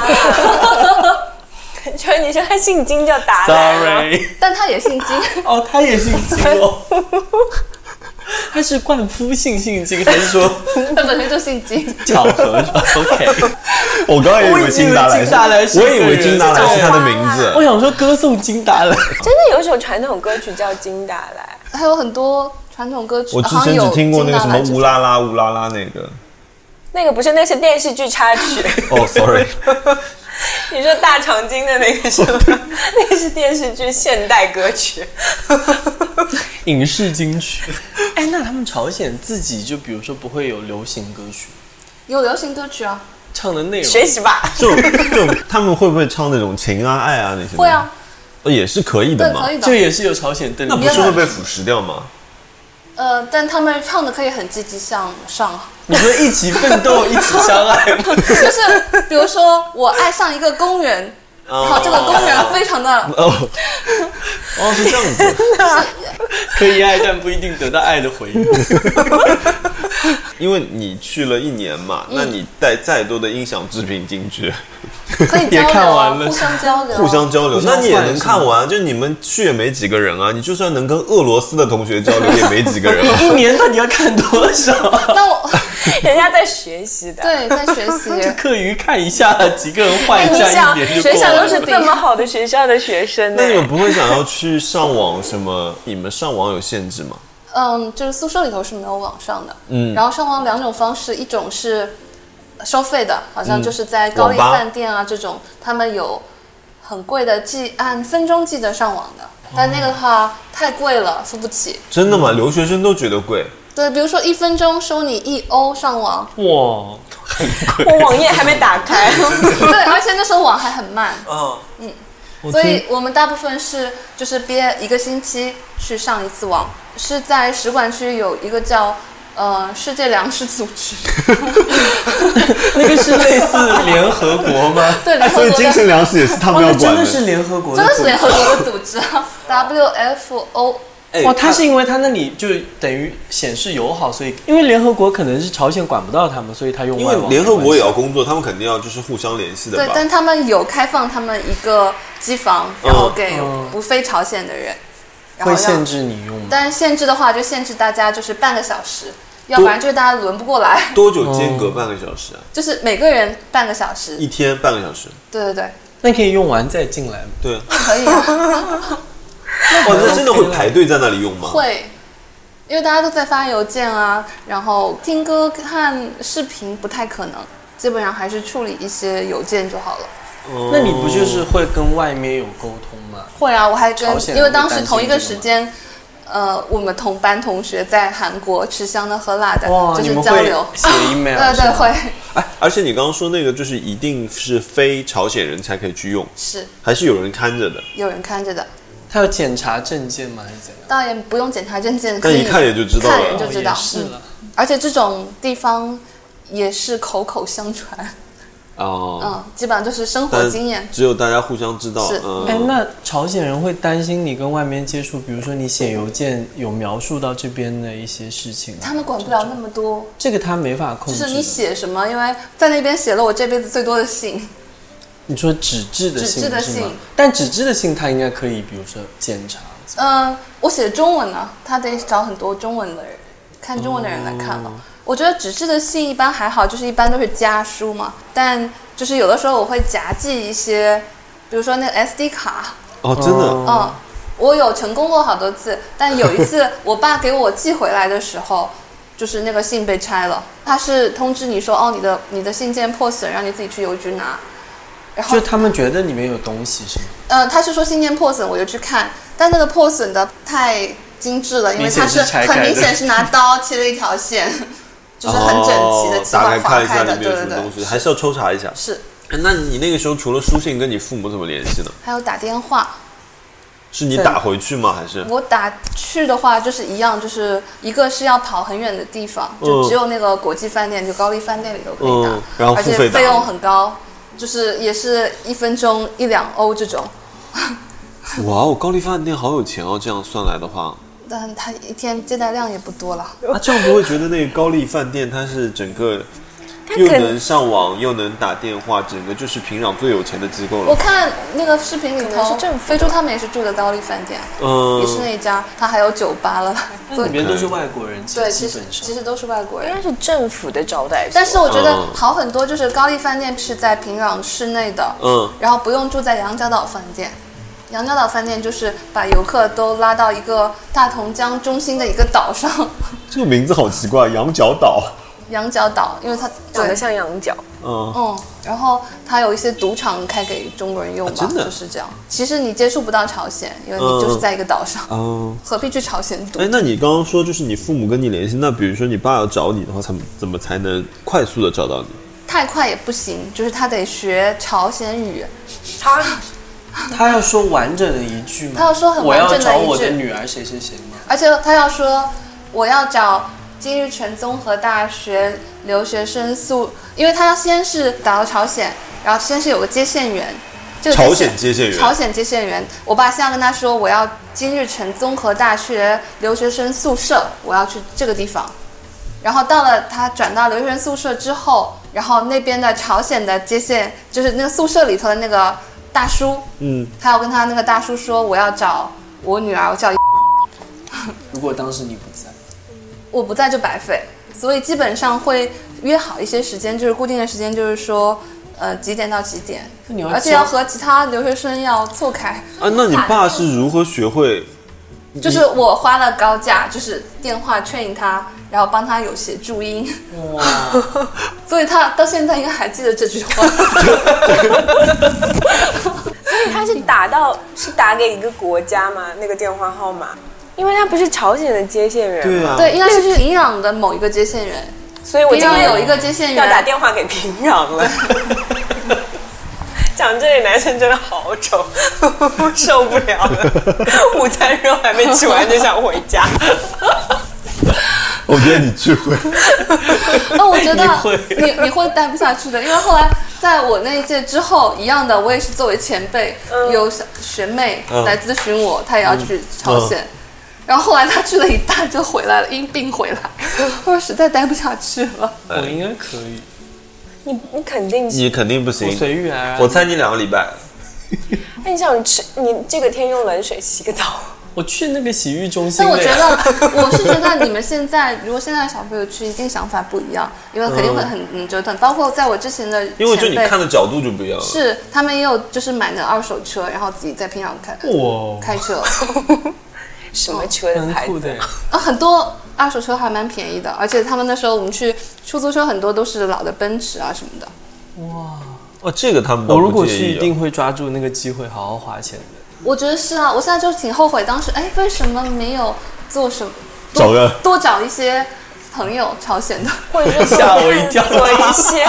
[SPEAKER 6] 就是你说他姓金叫达莱吗
[SPEAKER 2] Sorry，
[SPEAKER 5] 但他也姓金。
[SPEAKER 2] 哦，他也姓金哦。 他是冠夫姓姓金，还是说
[SPEAKER 5] 他本身就姓金，
[SPEAKER 2] 巧合是吧？OK，
[SPEAKER 4] 我刚刚也以为金达
[SPEAKER 2] 我以为金达莱
[SPEAKER 4] 莱
[SPEAKER 2] 是
[SPEAKER 4] 是，我以为金达莱是他的
[SPEAKER 6] 这种
[SPEAKER 4] 名字
[SPEAKER 2] 我。想说歌颂金达莱，
[SPEAKER 6] 真的有一首传统歌曲叫《金达莱
[SPEAKER 5] 还有很多传统歌曲，
[SPEAKER 4] 我之
[SPEAKER 5] 好像
[SPEAKER 4] 前只
[SPEAKER 5] 有
[SPEAKER 4] 听过那个什么
[SPEAKER 5] 金达莱这
[SPEAKER 4] 乌
[SPEAKER 5] 种
[SPEAKER 4] 拉拉乌拉拉那个。》，
[SPEAKER 6] 那个不是，那是电视剧插曲。
[SPEAKER 4] 哦，sorry，
[SPEAKER 6] 你说大长今的那个是吗？那个是电视剧现代 歌曲。
[SPEAKER 2] 影视金曲。哎，那他们朝鲜自己就比如说不会有流行歌曲
[SPEAKER 5] 有流行歌曲啊，
[SPEAKER 2] 唱的内容，
[SPEAKER 6] 学习 吧，
[SPEAKER 4] 就就他们会不会唱那种情啊爱啊那些？
[SPEAKER 5] 会啊，，
[SPEAKER 4] 也是可以
[SPEAKER 5] 对
[SPEAKER 4] 的，嘛
[SPEAKER 5] 可。以的。
[SPEAKER 2] 这也是有朝鲜邓丽
[SPEAKER 4] 那不
[SPEAKER 2] 君
[SPEAKER 4] 是会被腐蚀掉 吗？
[SPEAKER 5] 呃，但他们唱的可以很积极向上，
[SPEAKER 2] 你说一起奋斗，一起相爱吗？
[SPEAKER 5] 就是比如说我爱上一个公园，然后这个公园非常的，
[SPEAKER 4] 哦，哦是这样子，
[SPEAKER 2] 可以爱，但不一定得到爱的回应。
[SPEAKER 4] 因为你去了一年嘛，
[SPEAKER 5] 嗯
[SPEAKER 4] 那你带再多的音响制品进去，
[SPEAKER 5] 啊可以
[SPEAKER 2] 也
[SPEAKER 5] 交
[SPEAKER 2] 看
[SPEAKER 5] 流
[SPEAKER 2] 完
[SPEAKER 5] 啊，
[SPEAKER 2] 了
[SPEAKER 5] 互相交流，
[SPEAKER 4] 互相交流
[SPEAKER 2] 互，相
[SPEAKER 4] 那你也
[SPEAKER 2] 换
[SPEAKER 4] 能
[SPEAKER 2] 是
[SPEAKER 4] 看
[SPEAKER 2] 吗
[SPEAKER 4] 完。就你们去也没几个人啊，你就算能跟俄罗斯的同学交流，也没几 个人啊。
[SPEAKER 2] 一年到底要看多少？啊
[SPEAKER 5] 那我
[SPEAKER 6] 人家在学习的。
[SPEAKER 5] 对在学习，
[SPEAKER 2] 课余看一下，几个人换
[SPEAKER 6] 哎，
[SPEAKER 2] 一
[SPEAKER 6] 你
[SPEAKER 2] 下，
[SPEAKER 6] 想
[SPEAKER 2] 一年就
[SPEAKER 6] 学
[SPEAKER 2] 过
[SPEAKER 6] 校
[SPEAKER 2] 完
[SPEAKER 6] 都
[SPEAKER 2] 了。
[SPEAKER 6] 是这么好的学校的学生呢
[SPEAKER 4] 那，你们不会想要去上网什么？你们上网有限制吗？
[SPEAKER 5] 嗯，就是宿舍里头是没有网上的，嗯，然后上网两种方式，一种是收费的，好像就是在高丽
[SPEAKER 4] 网吧
[SPEAKER 5] 饭店啊这种，他们有很贵的计按分钟计的上网的，但那个的话太贵了，付不起。
[SPEAKER 4] 真的吗？
[SPEAKER 5] 嗯
[SPEAKER 4] 留学生都觉得贵，
[SPEAKER 5] 对，比如说一分钟收你一欧上网，
[SPEAKER 2] 哇，
[SPEAKER 6] 我网页还没打 开。
[SPEAKER 5] 对，而且那时候网还很慢，
[SPEAKER 2] 嗯嗯，
[SPEAKER 5] 所以我们大部分是就是憋一个星期去上一次网，是在使馆区有一个叫呃世界粮食组织，
[SPEAKER 2] 那个是类似联合国 吗？
[SPEAKER 5] 对，联合
[SPEAKER 4] 哎所以
[SPEAKER 5] 国
[SPEAKER 4] 精
[SPEAKER 5] 的。
[SPEAKER 4] 神粮食也是他
[SPEAKER 2] 哇，
[SPEAKER 4] 们要
[SPEAKER 2] 哦那
[SPEAKER 4] 管
[SPEAKER 2] 真的是联合国的
[SPEAKER 5] 真
[SPEAKER 2] 组
[SPEAKER 5] 的
[SPEAKER 2] 织，
[SPEAKER 5] 是联合国的组织啊，WFO。
[SPEAKER 2] 哇，哎哦他是因为他那里就等于显示友好，所以因为联合国可能是朝鲜管不到他们，所以他用
[SPEAKER 4] 因
[SPEAKER 2] 外
[SPEAKER 4] 为
[SPEAKER 2] 网。
[SPEAKER 4] 联合国也要工作，他们肯定要就是互相联系的
[SPEAKER 5] 对，
[SPEAKER 4] 吧？
[SPEAKER 5] 但他们有开放他们一个机房，然后给不非朝鲜的人，然后
[SPEAKER 2] 嗯会
[SPEAKER 5] 让
[SPEAKER 2] 限制你用吗？
[SPEAKER 5] 但限制的话就限制大家就是半个小时，要不然就是大家轮不过来，
[SPEAKER 4] 多久间隔半个小时啊？
[SPEAKER 5] 就是每个人半个小时。
[SPEAKER 4] 一天半个小时？
[SPEAKER 5] 对对对，
[SPEAKER 2] 那可以用完再进来吗？
[SPEAKER 4] 对，
[SPEAKER 5] 可以、啊、
[SPEAKER 4] 哇，哦那真的会排队在那里用吗？
[SPEAKER 5] 会，因为大家都在发邮件啊，然后听歌看视频不太可能，基本上还是处理一些邮件就好了。
[SPEAKER 4] 哦
[SPEAKER 2] 那你不就是会跟外面有沟通吗？
[SPEAKER 5] 会啊，我还跟
[SPEAKER 2] 朝鲜人
[SPEAKER 5] 因为当
[SPEAKER 2] 会
[SPEAKER 5] 时
[SPEAKER 2] 担心
[SPEAKER 5] 同一个时间，呃，我们同班同学在韩国吃香的喝辣的，
[SPEAKER 2] 哇，
[SPEAKER 5] 就
[SPEAKER 2] 你
[SPEAKER 5] 是
[SPEAKER 2] 们
[SPEAKER 5] 交
[SPEAKER 2] 会
[SPEAKER 5] 流。
[SPEAKER 2] 写 email？
[SPEAKER 5] 对对，
[SPEAKER 2] 是吗
[SPEAKER 5] 会
[SPEAKER 4] 哎，而且你刚刚说那个就是一定是非朝鲜人才可以去用，
[SPEAKER 5] 是
[SPEAKER 4] 还是有人看着的，
[SPEAKER 5] 有人看着的，
[SPEAKER 2] 他要检查证件吗？还是怎样？
[SPEAKER 5] 当然不用检查证件，可
[SPEAKER 4] 但
[SPEAKER 5] 以
[SPEAKER 4] 一看也就知道
[SPEAKER 5] 看人
[SPEAKER 4] 了。
[SPEAKER 5] 就知道。
[SPEAKER 2] 哦也是了。
[SPEAKER 5] 而且这种地方也是口口相传，
[SPEAKER 4] 哦，
[SPEAKER 5] 嗯，基本上就是生活
[SPEAKER 4] 但
[SPEAKER 5] 经验。
[SPEAKER 4] 只有大家互相知道
[SPEAKER 5] 是。
[SPEAKER 2] 哎，
[SPEAKER 4] 嗯，
[SPEAKER 2] 那朝鲜人会担心你跟外面接触，比如说你写邮件有描述到这边的一些事情吗，
[SPEAKER 5] 他们管不了那么多，
[SPEAKER 2] 这个他没法控
[SPEAKER 5] 就
[SPEAKER 2] 制的。
[SPEAKER 5] 是你写什么，因为在那边写了我这辈子最多的信，
[SPEAKER 2] 你说纸质的信
[SPEAKER 5] 纸质的
[SPEAKER 2] 是吗
[SPEAKER 5] 信？
[SPEAKER 2] 但纸质的信他应该可以，比如说检查。
[SPEAKER 5] 嗯，我写中文呢，他得找很多中文的人，看中文的人来看了。我觉得纸质的信一般还好，就是一般都是家书嘛，但就是有的时候我会夹寄一些，比如说那个 SD 卡，
[SPEAKER 4] 哦，真的，
[SPEAKER 5] 嗯，我有成功过好多次，但有一次我爸给我寄回来的时候，就是那个信被拆了，他是通知你说哦，你的你的信件破损，让你自己去邮局拿。然后
[SPEAKER 2] 就他们觉得里面有东西是吗？
[SPEAKER 5] 呃，他是说信件破损，我就去看，但那个破损的太精致了，因为
[SPEAKER 2] 明显
[SPEAKER 5] 它是
[SPEAKER 2] 是拆开
[SPEAKER 5] 很
[SPEAKER 2] 的
[SPEAKER 5] 明显 是拿刀切了一条线，就是很整齐的
[SPEAKER 4] 哦
[SPEAKER 5] 切
[SPEAKER 4] 打开
[SPEAKER 5] 断划
[SPEAKER 4] 看一
[SPEAKER 5] 开
[SPEAKER 4] 下
[SPEAKER 5] 的，
[SPEAKER 4] 里面
[SPEAKER 5] 对
[SPEAKER 4] 有
[SPEAKER 5] 对
[SPEAKER 4] 什么
[SPEAKER 5] 对
[SPEAKER 4] 东，西，还是要抽查一下。
[SPEAKER 5] 是
[SPEAKER 4] 哎那你那个时候除了书信，跟你父母怎么联系呢？
[SPEAKER 5] 还有打电话。
[SPEAKER 4] 是你打回去吗？还是？
[SPEAKER 5] 我打去的话就是一样，就是一个是要跑很远的地方，就只有那个国际饭店，就高丽饭店里头可以打，
[SPEAKER 4] 嗯然后
[SPEAKER 5] 而
[SPEAKER 4] 付
[SPEAKER 5] 且
[SPEAKER 4] 费打
[SPEAKER 5] 费用很高，就是也是一分钟一两欧这种，
[SPEAKER 4] 哇哦，高丽饭店好有钱哦！这样算来的话，
[SPEAKER 5] 但他一天接待量也不多了。
[SPEAKER 4] 啊，这样不会觉得那个高丽饭店它是整个又
[SPEAKER 6] 可
[SPEAKER 4] 能上网又能打电话，整个就是平壤最有钱的机构
[SPEAKER 5] 我
[SPEAKER 4] 了。
[SPEAKER 5] 看那个视频里
[SPEAKER 6] 能
[SPEAKER 5] 头，
[SPEAKER 6] 是政府
[SPEAKER 5] 飞猪他们也是住的高丽饭店，
[SPEAKER 4] 嗯
[SPEAKER 5] 也是那一家，他还有酒吧 了，所
[SPEAKER 2] 里
[SPEAKER 5] 以
[SPEAKER 2] 面都是外国人，其
[SPEAKER 5] 嗯对，
[SPEAKER 2] 基
[SPEAKER 5] 其实
[SPEAKER 2] 本上
[SPEAKER 5] 其实都是外国人
[SPEAKER 6] 应。该是政府的招待所，
[SPEAKER 5] 但是我觉得
[SPEAKER 4] 嗯
[SPEAKER 5] 好很多，就是高丽饭店是在平壤市内的，
[SPEAKER 4] 嗯，
[SPEAKER 5] 然后不用住在羊角岛饭店。羊角岛饭店就是把游客都拉到一个大同江中心的一个岛上，
[SPEAKER 4] 这个名字好奇怪，羊角岛。
[SPEAKER 5] 羊角岛，因为它
[SPEAKER 6] 长
[SPEAKER 5] 对
[SPEAKER 6] 得，像羊角，
[SPEAKER 4] 嗯，
[SPEAKER 5] 嗯，然后它有一些赌场开给中国人用吧，
[SPEAKER 4] 啊真的嗯
[SPEAKER 5] 就是这样。其实你接触不到朝鲜，因为你就是在一个岛上，
[SPEAKER 4] 哦，
[SPEAKER 5] 何必去朝鲜赌
[SPEAKER 4] 哎？，那你刚刚说就是你父母跟你联系，那比如说你爸要找你的话，他们怎么才能快速的找到你？
[SPEAKER 5] 太快也不行，就是他得学朝鲜语，
[SPEAKER 6] 他
[SPEAKER 2] 他要说完整的一句吗？
[SPEAKER 5] 他要说很完整的一句
[SPEAKER 2] 我要找我的女儿谁谁谁吗？
[SPEAKER 5] 而且他要说我要找金日成综合大学留学生宿，因为他要先是打到朝鲜，然后先是有个接线员，这个
[SPEAKER 4] 朝鲜接线员
[SPEAKER 5] 朝鲜接线员。我爸先要跟他说我要金日成综合大学留学生宿舍，我要去这个地方。然后到了他转到留学生宿舍之后，然后那边的朝鲜的接线就是那个宿舍里头的那个大叔，
[SPEAKER 4] 嗯，
[SPEAKER 5] 他要跟他那个大叔说我要找我女儿，我叫
[SPEAKER 2] 如果当时你不在，
[SPEAKER 5] 我不在就白费，所以基本上会约好一些时间，就是固定的时间，就是说，呃，几点到几点
[SPEAKER 2] 那你，要
[SPEAKER 5] 而且
[SPEAKER 2] 交
[SPEAKER 5] 要和其他留学生要错开。
[SPEAKER 4] 啊，那你爸是如何 学会？
[SPEAKER 5] 就是我花了高价，就是电话劝引他，然后帮他有写注音，
[SPEAKER 2] 哇，
[SPEAKER 5] 所以他到现在应该还记得这句 话。
[SPEAKER 6] 他是打到是打给一个国家吗？那个电话号码，因为他不是朝鲜的接线员，
[SPEAKER 4] 对，啊，
[SPEAKER 5] 对，应该是平壤的某一个接线员，
[SPEAKER 6] 所以我
[SPEAKER 5] 平
[SPEAKER 6] 今
[SPEAKER 5] 壤
[SPEAKER 6] 天
[SPEAKER 5] 有一个接线
[SPEAKER 6] 要打
[SPEAKER 5] 员，
[SPEAKER 6] 电话给平壤了。 讲这里男生真的好丑，受不了了。午餐肉还没吃完就想回家。
[SPEAKER 4] 我觉得你智慧。
[SPEAKER 5] 那我觉得
[SPEAKER 2] 你会
[SPEAKER 5] 你你会待不下去的，因为后来在我那一届之后，一样的，我也是作为前辈，有小学妹
[SPEAKER 4] 嗯
[SPEAKER 5] 来咨询我，她也要去朝鲜，然后后来她去了一半就回来了， 因病回来，我说实在待不下去了。
[SPEAKER 2] 我哦应该可以，
[SPEAKER 6] 你你肯定 是，
[SPEAKER 4] 你肯定不行
[SPEAKER 2] 我，随遇而安。
[SPEAKER 4] 我猜你两个礼拜。
[SPEAKER 6] 那你想吃？你这个天用冷水洗个澡，
[SPEAKER 2] 我去那个洗浴中心
[SPEAKER 5] 但我
[SPEAKER 2] 了
[SPEAKER 5] 觉
[SPEAKER 2] 呀，
[SPEAKER 5] 得，我是觉得你们现在如果现在的小朋友去，一定想法不一样，因为肯定会很很折腾。包括在我之前的
[SPEAKER 4] 嗯因为就
[SPEAKER 5] 前
[SPEAKER 4] 你
[SPEAKER 5] 辈
[SPEAKER 4] 看，的角度就不一样了。
[SPEAKER 5] 是他们也有就是买的二手车，然后自己在平壤开
[SPEAKER 2] 哇，
[SPEAKER 5] 开车。
[SPEAKER 6] 什么车的
[SPEAKER 2] 蛮
[SPEAKER 6] 牌
[SPEAKER 2] 哦酷
[SPEAKER 6] 子？
[SPEAKER 2] 的呀。
[SPEAKER 5] 啊，很多二手车还蛮便宜的，而且他们那时候我们去出租车，很多都是老的奔驰啊什么的。
[SPEAKER 4] 哦，这个他们倒
[SPEAKER 2] 我如果
[SPEAKER 4] 不介
[SPEAKER 2] 去，
[SPEAKER 4] 意
[SPEAKER 2] 一
[SPEAKER 4] 啊
[SPEAKER 2] 定会抓住那个机会好好花钱的。
[SPEAKER 5] 我觉得是啊，我现在就挺后悔当时，哎，为什么没有做什么，
[SPEAKER 4] 找个
[SPEAKER 5] 多找一些朋友朝鲜的。
[SPEAKER 6] 或者是
[SPEAKER 2] 吓我一跳
[SPEAKER 6] 探索一些，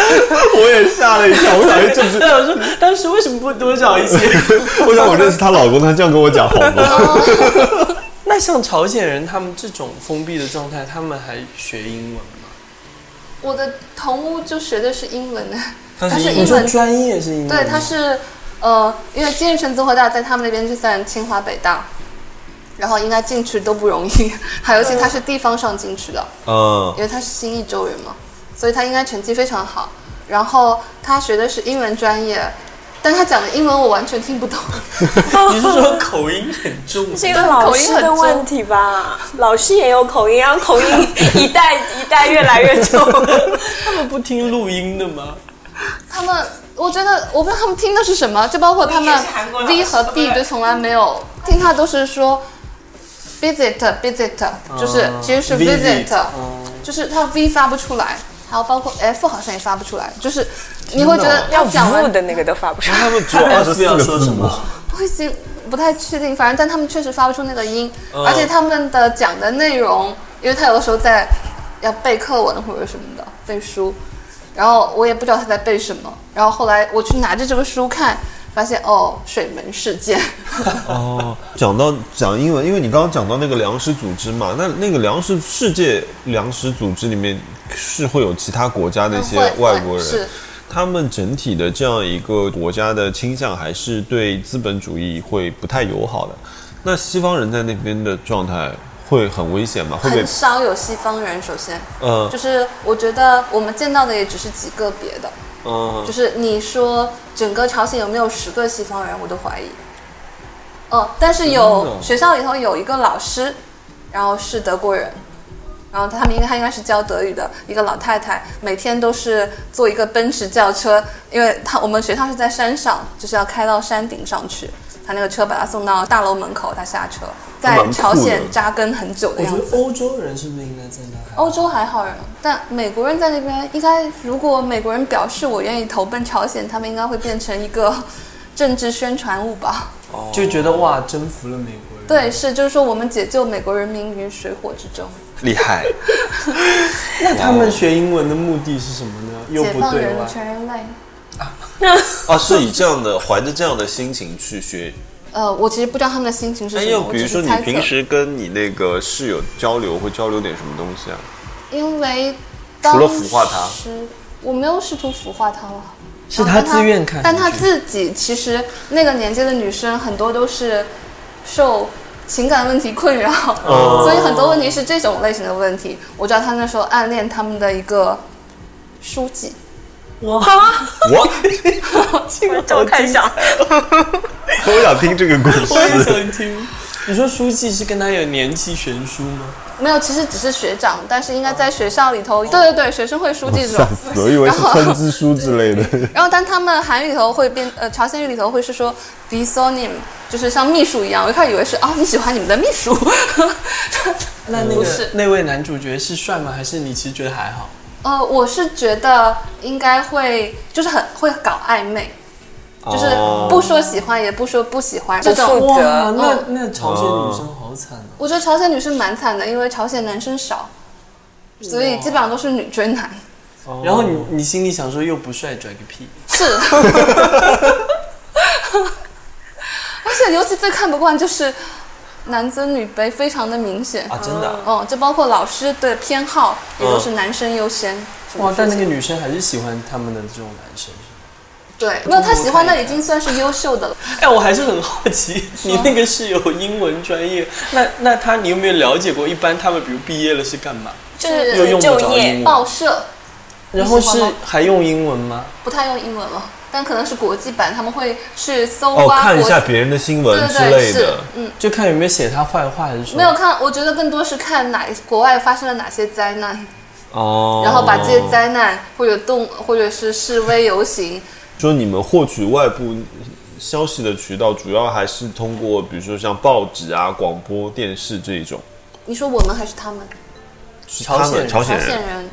[SPEAKER 4] 我也吓了一跳，我想这
[SPEAKER 2] 对，我说当时为什么不多找 一些？
[SPEAKER 4] 我想我认识她老公，她这样跟我讲好 吗？
[SPEAKER 2] 那像朝鲜人他们这种封闭的状态，他们还学英文吗？
[SPEAKER 5] 我的同屋就学的是英文的，
[SPEAKER 2] 他
[SPEAKER 5] 是
[SPEAKER 2] 英
[SPEAKER 5] 英
[SPEAKER 2] 文
[SPEAKER 5] 文
[SPEAKER 2] 专业是英文，
[SPEAKER 5] 对，他是呃，因为金日成综合大在他们那边就算清华北大，然后应该进去都不容易， 还
[SPEAKER 2] 嗯
[SPEAKER 5] 尤其他是地方上进去的，
[SPEAKER 4] 嗯
[SPEAKER 5] 因为他是新义州人嘛，所以他应该成绩非常好。然后他学的是英文专业，但他讲的英文我完全听不懂。
[SPEAKER 2] 你是说口音很重？
[SPEAKER 6] 这个老师的问题吧，老师也有口音，然后口音一代一代越来 越重。
[SPEAKER 2] 他们不听录音的吗？
[SPEAKER 5] 他们，我觉得我不知道他们听的是什么，就包括他们 V 和 B 就从来没有听，他都是说 visit visit，就是其实是 visit，就是他 V 发不出来，还有包括 F 好像也发不出来，就是你会觉得他讲
[SPEAKER 6] 服务
[SPEAKER 5] 完
[SPEAKER 6] 的哦那个都发不出来。
[SPEAKER 4] 他们只有二十四
[SPEAKER 2] 要
[SPEAKER 4] 个
[SPEAKER 2] 说
[SPEAKER 4] 字
[SPEAKER 2] 什
[SPEAKER 4] 母
[SPEAKER 2] 么，？
[SPEAKER 5] 我已经不太确定，反正但他们确实发不出那个音，而且他们的讲的内容，因为他有的时候在要背课文或者什么的背书，然后我也不知道他在背什么，然后后来我去拿着这个书看，发现哦，水门事件，
[SPEAKER 4] 哦，讲到讲英文，因为你刚刚讲到那个粮食组织嘛，那那个粮食世界粮食组织里面是会有其他国家的一些
[SPEAKER 5] 嗯会
[SPEAKER 4] 外国
[SPEAKER 5] 会
[SPEAKER 4] 人，
[SPEAKER 5] 是
[SPEAKER 4] 他们整体的这样一个国家的倾向还是对资本主义会不太友好的。那西方人在那边的状态会很危险吗？会 被
[SPEAKER 5] 很少有西方人，首先。
[SPEAKER 4] 呃
[SPEAKER 5] 就是我觉得我们见到的也只是极个别的，
[SPEAKER 4] 呃
[SPEAKER 5] 就是你说整个朝鲜有没有十个西方人，我都怀疑。哦，但是
[SPEAKER 4] 真
[SPEAKER 5] 有
[SPEAKER 4] 的
[SPEAKER 5] 学校里头有一个老师，然后是德国人，然后他们应该他应该是教德语的一个老太太，每天都是坐一个奔驰轿车，因为他我们学校是在山上，就是要开到山顶上去，他那个车把他送到大楼门口，他下车，
[SPEAKER 4] 蛮
[SPEAKER 5] 在
[SPEAKER 4] 酷的
[SPEAKER 5] 朝鲜扎根很久的
[SPEAKER 2] 我
[SPEAKER 5] 样
[SPEAKER 2] 觉
[SPEAKER 5] 子
[SPEAKER 2] 得。欧洲人是不是应该在那？
[SPEAKER 5] 欧洲还好人，但美国人在那边应该，如果美国人表示我愿意投奔朝鲜，他们应该会变成一个政治宣传物吧？
[SPEAKER 4] 嗯
[SPEAKER 2] 就觉得哇，征服了美国人。
[SPEAKER 5] 对，是，就是说我们解救美国人民于水火之中，
[SPEAKER 4] 厉害，
[SPEAKER 2] 那他们学英文的目的是什么呢？又
[SPEAKER 5] 解
[SPEAKER 2] 不
[SPEAKER 5] 放
[SPEAKER 2] 对
[SPEAKER 5] 人
[SPEAKER 2] 外。
[SPEAKER 5] 全人类。
[SPEAKER 4] 啊，是以这样的怀着这样的心情去学
[SPEAKER 5] 呃，我其实不知道他们的心情是
[SPEAKER 4] 哎，
[SPEAKER 5] 什
[SPEAKER 4] 又
[SPEAKER 5] 么，我
[SPEAKER 4] 比如
[SPEAKER 5] 只
[SPEAKER 4] 说
[SPEAKER 5] 是
[SPEAKER 4] 你
[SPEAKER 5] 猜测
[SPEAKER 4] 平。时跟你那个室友交流，会交流点什么东西啊？
[SPEAKER 5] 因为
[SPEAKER 4] 除了腐化他
[SPEAKER 5] 当时我没有试图腐化他了。
[SPEAKER 2] 是
[SPEAKER 5] 然后
[SPEAKER 2] 哦他
[SPEAKER 5] 但
[SPEAKER 2] 自愿看
[SPEAKER 5] 啊但
[SPEAKER 2] 进
[SPEAKER 5] 他
[SPEAKER 2] 去
[SPEAKER 5] 自己其实那个年纪的女生很多都是受情感问题困扰，
[SPEAKER 4] 哦
[SPEAKER 5] 所以很多问题是这种类型的问题。我知道他那时候暗恋他们的一个书记，
[SPEAKER 4] 我
[SPEAKER 6] 这个都太像，
[SPEAKER 4] 我想听这个故
[SPEAKER 2] 我也
[SPEAKER 4] 事。
[SPEAKER 2] 想听。你说书记是跟他有年纪悬殊吗？
[SPEAKER 5] 没有，其实只是学长，但是应该在学校里头，对对对，学生会书记这种
[SPEAKER 4] 哦吓。死 我，以为是村支书之类的。
[SPEAKER 5] 然后，但他们韩语里头会变，呃，朝鲜语里头会是说 b i s o n i m 就是像秘书一样。我一开始以为是啊、你喜欢你们的秘书，
[SPEAKER 2] 那那
[SPEAKER 5] 不
[SPEAKER 2] 个
[SPEAKER 5] 是
[SPEAKER 2] 那位男主角是帅吗？还是你其实觉得还好？
[SPEAKER 5] 呃，我是觉得应该会，就是很会搞暧昧，就是不说喜欢，也不说不喜欢这
[SPEAKER 6] 不负
[SPEAKER 5] 种。
[SPEAKER 6] 责
[SPEAKER 2] 哇，那
[SPEAKER 5] 嗯
[SPEAKER 2] 那朝鲜女生好惨啊！
[SPEAKER 5] 我觉得朝鲜女生蛮惨的，因为朝鲜男生少，所以基本上都是女追男。
[SPEAKER 2] 然后你你心里想说又不帅，拽个屁！
[SPEAKER 5] 是。 而且尤其最看不惯就是男尊女卑，非常的明显。
[SPEAKER 2] 啊，真的啊、
[SPEAKER 5] 嗯，这包括老师的偏好也都是男生优先。什么
[SPEAKER 2] 哇！但
[SPEAKER 5] 事
[SPEAKER 2] 那
[SPEAKER 5] 情
[SPEAKER 2] 个女生还是喜欢他们的这种男生。
[SPEAKER 5] 对，没有他喜欢的已经算是优秀的了。
[SPEAKER 2] 哎，我还是很好奇，你那个是有英文专业，那那他你有没有了解过？一般他们比如毕业了是干嘛？
[SPEAKER 5] 是
[SPEAKER 2] 又用不
[SPEAKER 6] 就
[SPEAKER 2] 着
[SPEAKER 6] 业
[SPEAKER 2] 英文，
[SPEAKER 5] 报社
[SPEAKER 2] 然后
[SPEAKER 5] 你喜
[SPEAKER 2] 是
[SPEAKER 5] 欢吗
[SPEAKER 2] 还用英文吗？
[SPEAKER 5] 不太用英文了，但可能是国际版，他们会去搜
[SPEAKER 4] 哦，
[SPEAKER 5] 挖
[SPEAKER 4] 看一
[SPEAKER 5] 国
[SPEAKER 4] 下别人的新
[SPEAKER 5] 对
[SPEAKER 4] 闻之
[SPEAKER 5] 对对，
[SPEAKER 4] 类
[SPEAKER 5] 是
[SPEAKER 4] 的。，
[SPEAKER 5] 嗯，
[SPEAKER 2] 就看有没有写他坏话，还是说
[SPEAKER 5] 没有看，我觉得更多是看哪国外发生了哪些灾难，
[SPEAKER 4] 哦
[SPEAKER 5] 嗯然后把这些灾难或者动或者是示威游行，
[SPEAKER 4] 说你们获取外部消息的渠道，主要还是通过比如说像报纸啊、广播电视这一种。
[SPEAKER 5] 你说我们还是他们？
[SPEAKER 4] 是
[SPEAKER 2] 朝
[SPEAKER 4] 他
[SPEAKER 2] 鲜人
[SPEAKER 4] 们朝鲜
[SPEAKER 5] 朝鲜
[SPEAKER 4] 人
[SPEAKER 5] 人，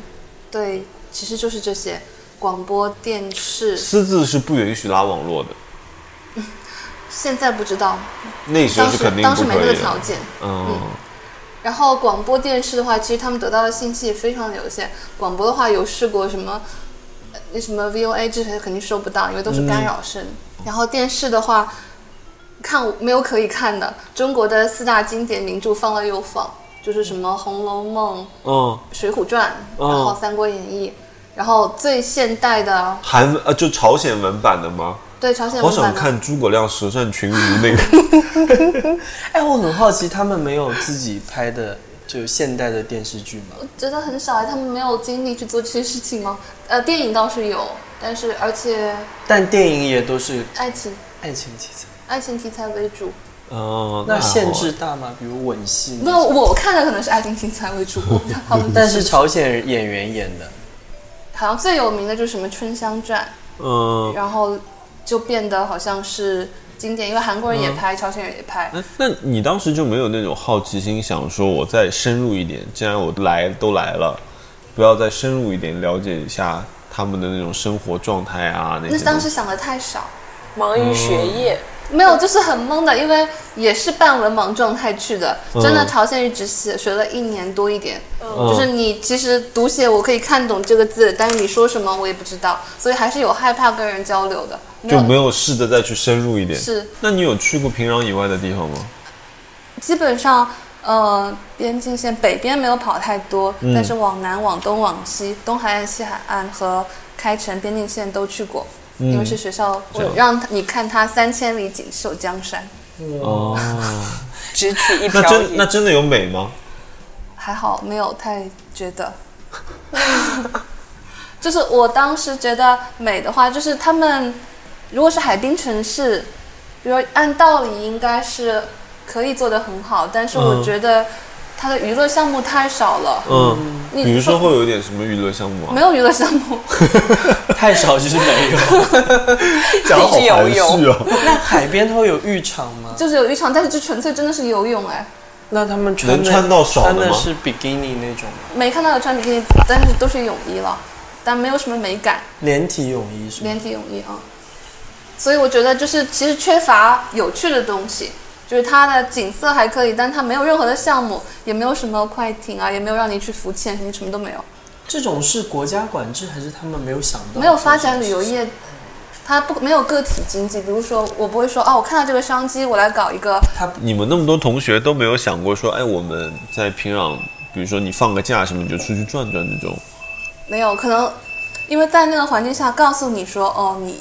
[SPEAKER 5] 对，其实就是这些，广播电视，
[SPEAKER 4] 私自是不允许拉网络的，
[SPEAKER 5] 现在不知道，
[SPEAKER 4] 那时候
[SPEAKER 5] 当
[SPEAKER 4] 是
[SPEAKER 5] 时
[SPEAKER 4] 肯定
[SPEAKER 5] 当时
[SPEAKER 4] 不
[SPEAKER 5] 没
[SPEAKER 4] 可
[SPEAKER 5] 那个
[SPEAKER 4] 以
[SPEAKER 5] 条
[SPEAKER 4] 的。
[SPEAKER 5] 件。
[SPEAKER 4] 嗯，
[SPEAKER 5] 然后广播电视的话，其实他们得到的信息也非常有限。广播的话有试过什么，呃那什么 VOA 这些肯定收不到，因为
[SPEAKER 4] 嗯
[SPEAKER 5] 都是干扰声。然后电视的话，看没有可以看的，中国的四大经典名著放了又放，就是什么《红楼梦》《
[SPEAKER 4] 嗯，
[SPEAKER 5] 水浒传》，然后
[SPEAKER 4] 哦
[SPEAKER 5] 《三国演义》，然后最现代的
[SPEAKER 4] 韩文呃就朝鲜文版的吗？
[SPEAKER 5] 对朝鲜
[SPEAKER 4] 好
[SPEAKER 5] 文版
[SPEAKER 4] 想
[SPEAKER 5] 的。
[SPEAKER 4] 看诸葛亮舌战群儒那个，
[SPEAKER 2] 哎，我很好奇，他们没有自己拍的就现代的电视剧吗？
[SPEAKER 5] 觉得很少，他们没有精力去做这些事情吗？呃，电影倒是有，但是而且
[SPEAKER 2] 但电影也都是
[SPEAKER 5] 爱情
[SPEAKER 2] 爱情题材，
[SPEAKER 5] 爱情题材为主。
[SPEAKER 4] 哦，
[SPEAKER 2] 那
[SPEAKER 4] 还好
[SPEAKER 2] 限制大吗？比如吻戏呢？
[SPEAKER 5] 那我看的可能是爱情题材为主，我不知道他们
[SPEAKER 2] 但是朝鲜演员演的，
[SPEAKER 5] 好像最有名的就是什么《春香传
[SPEAKER 4] 嗯》，。
[SPEAKER 5] 然后就变得好像是经典，因为韩国人也拍，朝鲜人也拍。
[SPEAKER 4] 哎那你当时就没有那种好奇心，想说我再深入一点？既然我来都来了，不要再深入一点了解一下他们的那种生活状态啊那
[SPEAKER 5] 那
[SPEAKER 4] 些东
[SPEAKER 5] 当
[SPEAKER 4] 西。
[SPEAKER 5] 时想的太少，
[SPEAKER 6] 忙于学业，
[SPEAKER 5] 没有，就是很懵的，因为也是半文盲状态去的，真的
[SPEAKER 4] 嗯
[SPEAKER 5] 朝鲜语只学学了一年多一点。
[SPEAKER 4] 嗯
[SPEAKER 5] 就是你其实读写我可以看懂这个字，但是你说什么我也不知道，所以还是有害怕跟人交流的。
[SPEAKER 4] 就没有试着再去深入一点。
[SPEAKER 5] 是
[SPEAKER 4] 那你有去过平壤以外的地方吗？
[SPEAKER 5] 基本上，呃，边境线北边没有跑太多，
[SPEAKER 4] 嗯
[SPEAKER 5] 但是往南、往东、往西，东海岸、西海岸和开城边境线都去过，
[SPEAKER 4] 嗯
[SPEAKER 5] 因为是学校，
[SPEAKER 4] 这
[SPEAKER 5] 我
[SPEAKER 4] 样
[SPEAKER 5] 让你看它三千里锦绣江山，
[SPEAKER 4] 哦，
[SPEAKER 6] 只取一
[SPEAKER 4] 那
[SPEAKER 6] 瓢
[SPEAKER 4] 真那
[SPEAKER 6] 饮。
[SPEAKER 4] 真的有美吗？
[SPEAKER 5] 还好没有太觉得。 就是我当时觉得美的话，就是他们如果是海滨城市，比如按道理应该是可以做得很好，但是我
[SPEAKER 4] 嗯
[SPEAKER 5] 觉得它的娱乐项目太少了。
[SPEAKER 4] 嗯，
[SPEAKER 5] 你
[SPEAKER 4] 比如说会有一点什么娱乐项目啊
[SPEAKER 5] 没？有娱乐项目，
[SPEAKER 2] 太少就是没有。
[SPEAKER 4] 讲得好
[SPEAKER 6] 自己游
[SPEAKER 4] 含蓄
[SPEAKER 6] 泳
[SPEAKER 4] 啊。
[SPEAKER 2] 那海边它会有浴场吗？
[SPEAKER 5] 就是有浴场，但是就纯粹真的是游泳哎，
[SPEAKER 2] 那他们穿的
[SPEAKER 4] 能穿到爽的
[SPEAKER 2] 穿的
[SPEAKER 4] 吗
[SPEAKER 2] 是比基尼那种吗？
[SPEAKER 5] 没看到有穿比基尼，但是都是泳衣了，但没有什么美感，
[SPEAKER 2] 连体泳衣是吗？
[SPEAKER 5] 连体泳衣啊。所以我觉得就是其实缺乏有趣的东西，就是它的景色还可以，但它没有任何的项目，也没有什么快艇啊，也没有让你去浮潜，什么什么都没有，
[SPEAKER 2] 这种是国家管制还是他们没有想到？
[SPEAKER 5] 没有发展旅游。业。它不没有个体经济，比如说我不会说哦，我看到这个商机，我来搞一个
[SPEAKER 4] 你们那么多同学都没有想过说，哎，我们在平壤，比如说你放个假什么，你就出去转转这种。
[SPEAKER 5] 没有，可能因为在那个环境下，告诉你说，哦，你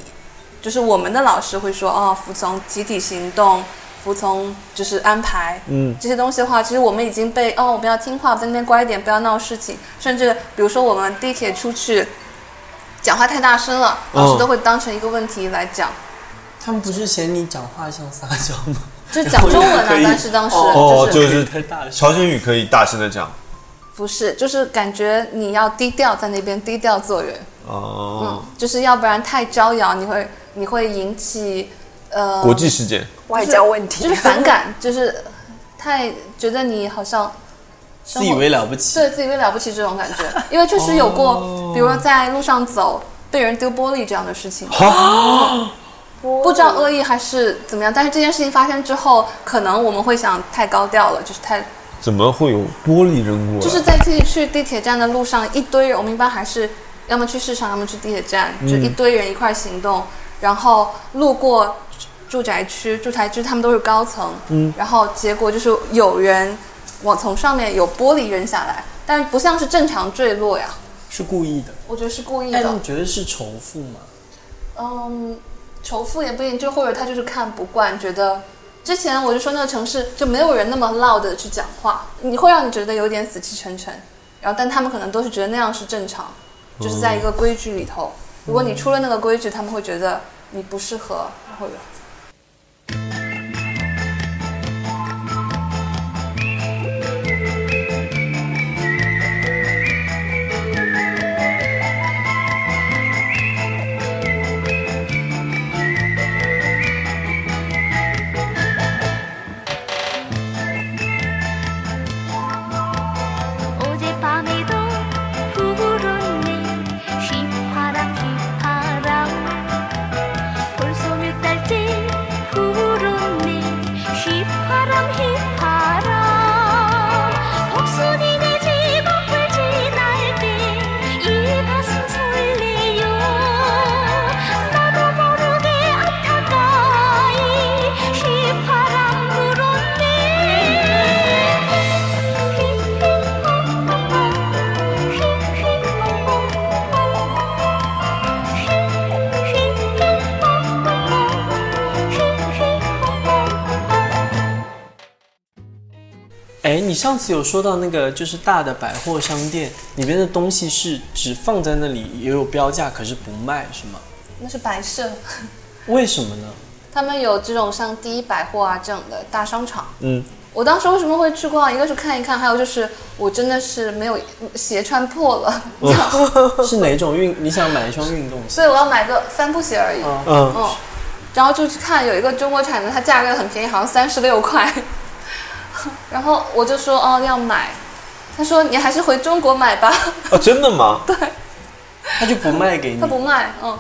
[SPEAKER 5] 就是我们的老师会说，哦，服从集体行动，服从就是安排，
[SPEAKER 4] 嗯
[SPEAKER 5] 这些东西的话，其实我们已经被，哦，我们要听话，在那边乖一点，不要闹事情。甚至比如说我们地铁出去讲话太大声了，老师
[SPEAKER 4] 嗯
[SPEAKER 5] 都会当成一个问题来讲，
[SPEAKER 2] 他们不是嫌你讲话像撒娇 吗？
[SPEAKER 5] 就讲中文啊
[SPEAKER 2] 可以
[SPEAKER 5] 但是当时
[SPEAKER 4] 哦，
[SPEAKER 2] 就
[SPEAKER 4] 就是是
[SPEAKER 2] 可以大声
[SPEAKER 4] 朝鲜语可以大声的讲。
[SPEAKER 5] 不是，就是感觉你要低调在那边低调做人，
[SPEAKER 4] 哦
[SPEAKER 5] 嗯，，就是要不然太招摇，你会你会引起。呃，
[SPEAKER 4] 国际事件，
[SPEAKER 6] 外交问题
[SPEAKER 5] 就是反感，就是太觉得你好像生
[SPEAKER 2] 自
[SPEAKER 5] 活
[SPEAKER 2] 以为了不起。哦
[SPEAKER 5] 对自以为了不起这种感觉，因为确实有过，比如说在路上走被人丢玻璃这样的事情，
[SPEAKER 2] 啊
[SPEAKER 5] 不知道恶意还是怎么样，但是这件事情发生之后，可能我们会想太高调了，就是太
[SPEAKER 4] 怎么会有玻璃扔过来？
[SPEAKER 5] 就是在自己去地铁站的路上，一堆人，我们一般还是要么去市场，要么去地铁站，就一堆人一块行动，然后路过住宅区，住宅区他们都是高层，嗯，然后结果就是有人往从上面有玻璃扔下来，但不像是正常坠落呀，
[SPEAKER 2] 是故意的。
[SPEAKER 5] 我觉得是故意
[SPEAKER 2] 哎，
[SPEAKER 5] 的
[SPEAKER 2] 你，觉得是仇富吗？
[SPEAKER 5] 嗯，仇富也不一定，就或者他就是看不惯，觉得。之前我就说那个城市就没有人那么 loud 的去讲话，你会让你觉得有点死气沉沉。然后，但他们可能都是觉得那样是正常，
[SPEAKER 4] 嗯
[SPEAKER 5] 就是在一个规矩里头。如果你出了那个规矩，他们会觉得你不适合，或者
[SPEAKER 7] 어젯밤에도푸른내시파랗게 파라온 벌써 몇 달째
[SPEAKER 2] 哎，你上次有说到那个就是大的百货商店里边的东西是只放在那里，也有标价，可是不卖是吗？
[SPEAKER 5] 那是摆设，
[SPEAKER 2] 为什么 呢？
[SPEAKER 5] 他们有这种像第一百货啊这种的大商场。
[SPEAKER 4] 嗯，
[SPEAKER 5] 我当时为什么会去逛？一个是看一看，还有就是我真的是没有鞋穿破了，
[SPEAKER 4] 嗯
[SPEAKER 2] 是哪种运？你想买一双运动鞋？
[SPEAKER 5] 所以我要买个帆布鞋而已。
[SPEAKER 4] 嗯，
[SPEAKER 5] 嗯，然后就去看有一个中国产的，它价格很便宜，好像三十六块。 然后我就说哦要买，他说你还是回中国买吧，
[SPEAKER 4] 啊，真的吗？
[SPEAKER 2] 他就不卖给你
[SPEAKER 5] 他？不卖，嗯。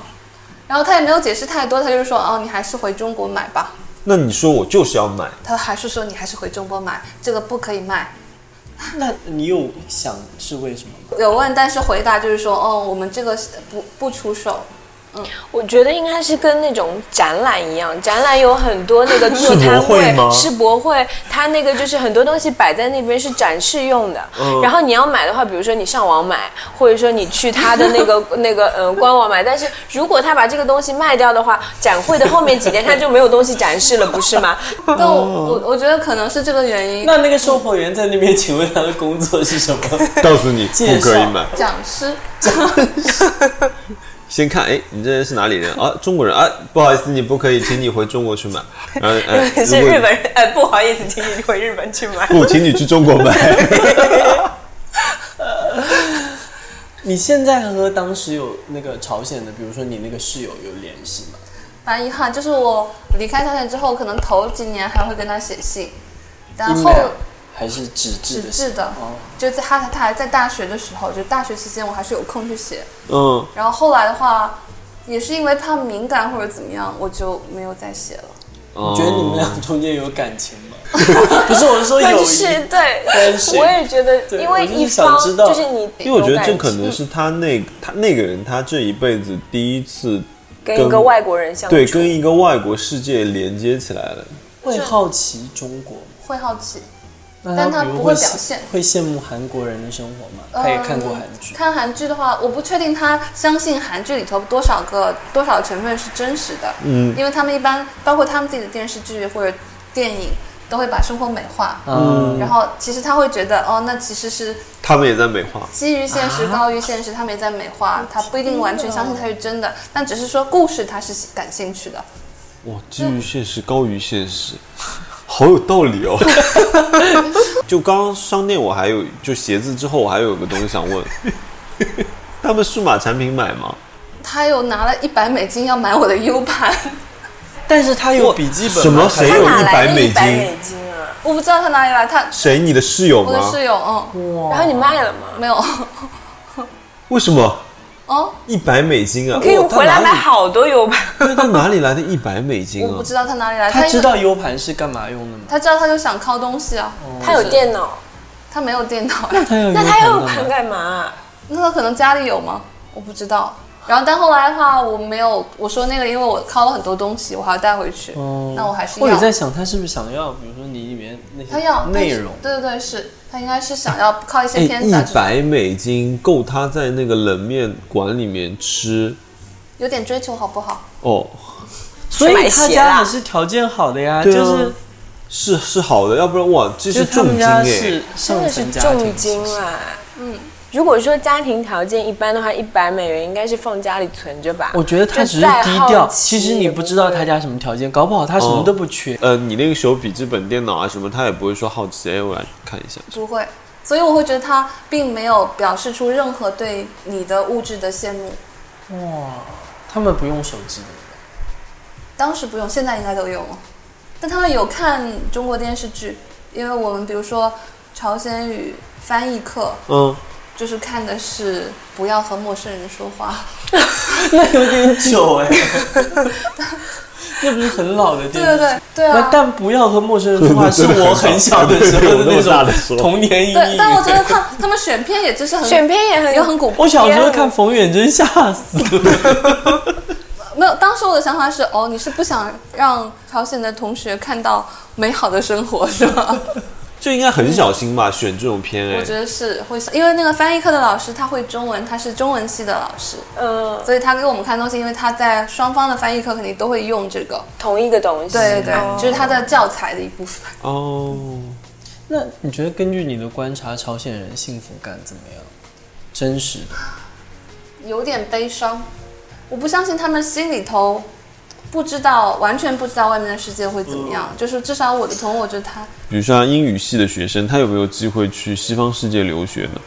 [SPEAKER 5] 然后他也没有解释太多，他就是说哦你还是回中国买吧。
[SPEAKER 4] 那你说我就是要买，
[SPEAKER 5] 他还是说你还是回中国买，这个不可以卖。
[SPEAKER 2] 那你有想是为什么吗？
[SPEAKER 5] 有问，但是回答就是说哦我们这个是不不出手。
[SPEAKER 6] 我觉得应该是跟那种展览一样，展览有很 多那个座
[SPEAKER 4] 博
[SPEAKER 6] 摊
[SPEAKER 4] 会吗
[SPEAKER 6] 位、世博会，它那个就是很多东西摆在那边是展示用的。
[SPEAKER 4] 嗯
[SPEAKER 6] 然后你要买的话，比如说你上网买，或者说你去它的 那个那个呃官网买。但是如果他把这个东西卖掉的话，展会的后面几天他就没有东西展示了，不 是吗？
[SPEAKER 5] 但我我我觉得可能是这个原因。
[SPEAKER 2] 那那个售货员在那边，请问他的工作是什么？
[SPEAKER 4] 告诉你
[SPEAKER 2] 介绍
[SPEAKER 4] 不可以买。
[SPEAKER 5] 讲师
[SPEAKER 4] 先看，哎，你这人是哪里人啊？中国人啊，不好意思，你不可以，请你回中国去买。然后，哎，
[SPEAKER 6] 是
[SPEAKER 4] 如果
[SPEAKER 6] 日本人，呃，不好意思，请你回日本去 买。
[SPEAKER 4] 不，请你去中国买。
[SPEAKER 2] 你现在和当时有那个朝鲜的，比如说你那个室友有联系吗？
[SPEAKER 5] 蛮遗憾，就是我离开朝鲜之后，可能头几年还会跟他写信，但后
[SPEAKER 2] Email 还是纸质
[SPEAKER 5] 纸
[SPEAKER 2] 的？
[SPEAKER 5] 质的，
[SPEAKER 2] 哦，
[SPEAKER 5] 就在他他还在大学的时候，就大学期间我还是有空去写。
[SPEAKER 4] 嗯，
[SPEAKER 5] 然后后来的话，也是因为怕敏感或者怎么样，我就没有再写了。
[SPEAKER 4] 哦
[SPEAKER 2] 你觉得你们俩中间有感情 吗？不是，我是说
[SPEAKER 6] 但
[SPEAKER 2] 友
[SPEAKER 6] 是
[SPEAKER 2] 谊。
[SPEAKER 6] 对
[SPEAKER 2] 但，是
[SPEAKER 6] 我也觉得，
[SPEAKER 2] 对
[SPEAKER 6] 因为
[SPEAKER 2] 我就是
[SPEAKER 6] 一
[SPEAKER 2] 想
[SPEAKER 6] 方
[SPEAKER 2] 知道
[SPEAKER 6] 就是你，
[SPEAKER 4] 因为我觉得这可能是他那他那个人他这一辈子第一次
[SPEAKER 6] 跟一个外国人相处，
[SPEAKER 4] 对跟一个外国世界连接起来了。
[SPEAKER 2] 会好奇中国吗？
[SPEAKER 5] 会好奇，
[SPEAKER 2] 那
[SPEAKER 5] 但他
[SPEAKER 2] 比如
[SPEAKER 5] 不
[SPEAKER 2] 会
[SPEAKER 5] 会表
[SPEAKER 2] 羡
[SPEAKER 5] 现
[SPEAKER 2] 会羡慕韩国人的生活吗？他也看过韩剧
[SPEAKER 5] 嗯，看韩剧的话，我不确定他相信韩剧里头多少个多少成分是真实的。
[SPEAKER 4] 嗯
[SPEAKER 5] 因为他们一般包括他们自己的电视剧或者电影，都会把生活美化。
[SPEAKER 2] 嗯
[SPEAKER 5] 然后其实他会觉得，哦，那其实是
[SPEAKER 4] 他们也在美化，
[SPEAKER 5] 基于现
[SPEAKER 2] 啊
[SPEAKER 5] 实、高于现实，他们也在美化，他不一定完全相信它是真的，但只是说故事他是感兴趣的。
[SPEAKER 4] 哇，基于现实高于现实，好有道 理哦。就刚刚商店，我还有就鞋子之后，我还有个东西想问，他们数码产品买吗？
[SPEAKER 5] 他又拿了一百美金要买我的 U 盘，
[SPEAKER 2] 但是他有笔记本吗，
[SPEAKER 4] 什么
[SPEAKER 2] 还
[SPEAKER 4] 谁
[SPEAKER 6] 他
[SPEAKER 4] 有
[SPEAKER 6] 哪来的
[SPEAKER 4] 100美
[SPEAKER 6] 一
[SPEAKER 4] 金
[SPEAKER 6] 百美金啊？
[SPEAKER 5] 我不知道他哪里来，他
[SPEAKER 4] 谁？你的室友
[SPEAKER 5] 我的
[SPEAKER 4] 吗？
[SPEAKER 5] 室友，嗯，
[SPEAKER 6] 然后你卖了吗？
[SPEAKER 5] 没有，
[SPEAKER 4] 为什么
[SPEAKER 5] 哦，
[SPEAKER 4] 一百美金啊？
[SPEAKER 6] 可以
[SPEAKER 4] 哇他
[SPEAKER 6] 回来
[SPEAKER 4] 哪
[SPEAKER 6] 买
[SPEAKER 4] 里
[SPEAKER 6] 好多 U 盘。
[SPEAKER 4] 对，他哪里来的一百美金
[SPEAKER 5] 我
[SPEAKER 4] 啊
[SPEAKER 5] 不？知道他哪里来，
[SPEAKER 2] 他
[SPEAKER 5] 应该
[SPEAKER 2] 知，道 U 盘是干嘛用的吗？
[SPEAKER 5] 他知道他就想拷东西啊，
[SPEAKER 2] 哦
[SPEAKER 6] 他有电脑，
[SPEAKER 5] 他没有电脑，
[SPEAKER 2] 他有 U
[SPEAKER 6] 那他
[SPEAKER 2] 盘干
[SPEAKER 6] 要
[SPEAKER 2] 嘛
[SPEAKER 6] 盘干嘛啊？
[SPEAKER 5] 那他可能家里有吗？我不知道。然后但后来的话，我没有，我说那个，因为我拷了很多东西，我还要带回去，
[SPEAKER 2] 哦
[SPEAKER 5] 那我还是要。
[SPEAKER 2] 我有在想，他是不是想要，比如说你里面那
[SPEAKER 5] 他要
[SPEAKER 2] 些内容？
[SPEAKER 5] 对对对，是他应该是想要靠一些
[SPEAKER 4] 哎，
[SPEAKER 5] 片
[SPEAKER 4] 一
[SPEAKER 5] 子、啊，就是
[SPEAKER 4] 百美金够他在那个冷面馆里面吃
[SPEAKER 5] 有点追求好不好？
[SPEAKER 4] 哦，
[SPEAKER 2] 所以他
[SPEAKER 6] 去买鞋啦
[SPEAKER 2] 家还是条件好的呀，
[SPEAKER 4] 对啊
[SPEAKER 2] 啊就是
[SPEAKER 4] 是是好的，要不然哇，这
[SPEAKER 2] 就是他
[SPEAKER 4] 重
[SPEAKER 2] 们
[SPEAKER 4] 金
[SPEAKER 2] 家
[SPEAKER 4] 哎
[SPEAKER 2] 是，
[SPEAKER 6] 真
[SPEAKER 2] 上
[SPEAKER 6] 的是
[SPEAKER 2] 层家庭
[SPEAKER 6] 重金啊。嗯，如果说家庭条件一般的话，一百美元应该是放家里存着吧。
[SPEAKER 2] 我觉得他只是低调，其实你不知道他家什么条件，搞不好他什么都不缺。
[SPEAKER 4] 呃，你那个时候笔记本电脑啊什么，他也不会说好奇，哎，我来看一下。
[SPEAKER 5] 不会，所以我会觉得他并没有表示出任何对你的物质的羡慕。
[SPEAKER 2] 他们不用手机的，
[SPEAKER 5] 当时不用，现在应该都有。但他们有看中国电视剧，因为我们比如说朝鲜语翻译课，
[SPEAKER 4] 嗯，
[SPEAKER 5] 就是看的是不要和陌生人说话。
[SPEAKER 2] 那有点久哎， 那不是很老的
[SPEAKER 5] 对
[SPEAKER 2] 电视
[SPEAKER 5] 对
[SPEAKER 2] 剧。
[SPEAKER 5] 对对
[SPEAKER 2] 那
[SPEAKER 5] 啊！
[SPEAKER 2] 但不要和陌生人说话， 是我很小的时候的
[SPEAKER 4] 对我那么大
[SPEAKER 2] 那
[SPEAKER 4] 的时
[SPEAKER 2] 种
[SPEAKER 4] 候
[SPEAKER 2] 童年阴
[SPEAKER 5] 对，
[SPEAKER 2] 影。
[SPEAKER 5] 但我觉得他他们选片也就是很
[SPEAKER 6] 选片也很
[SPEAKER 5] 也很古
[SPEAKER 2] 我小时候看冯远征吓死了，
[SPEAKER 5] 没有，当时我的想法是，哦，你是不想让朝鲜的同学看到美好的生活是吗？
[SPEAKER 4] 就应该很小心吧，选这种片
[SPEAKER 5] 我觉
[SPEAKER 4] 哎。
[SPEAKER 5] 得是会想，因为那个翻译课的老师他会中文，他是中文系的老师，
[SPEAKER 6] 嗯
[SPEAKER 5] 所以他给我们看东西，因为他在双方的翻译课肯定都会用这个。
[SPEAKER 6] 同一个东西。
[SPEAKER 5] 对对对，
[SPEAKER 6] 哦
[SPEAKER 5] 就是他的教材的一部分。
[SPEAKER 4] 哦，
[SPEAKER 2] 那你觉得根据你的观察，朝鲜人幸福感怎么样？真实的，
[SPEAKER 5] 有点悲伤。我不相信他们心里头不知道，完全不知道外面的世界会怎么样。就是至少我的同我觉得他，
[SPEAKER 4] 比如说像英语系的学生，他有没有机会去西方世界留学呢？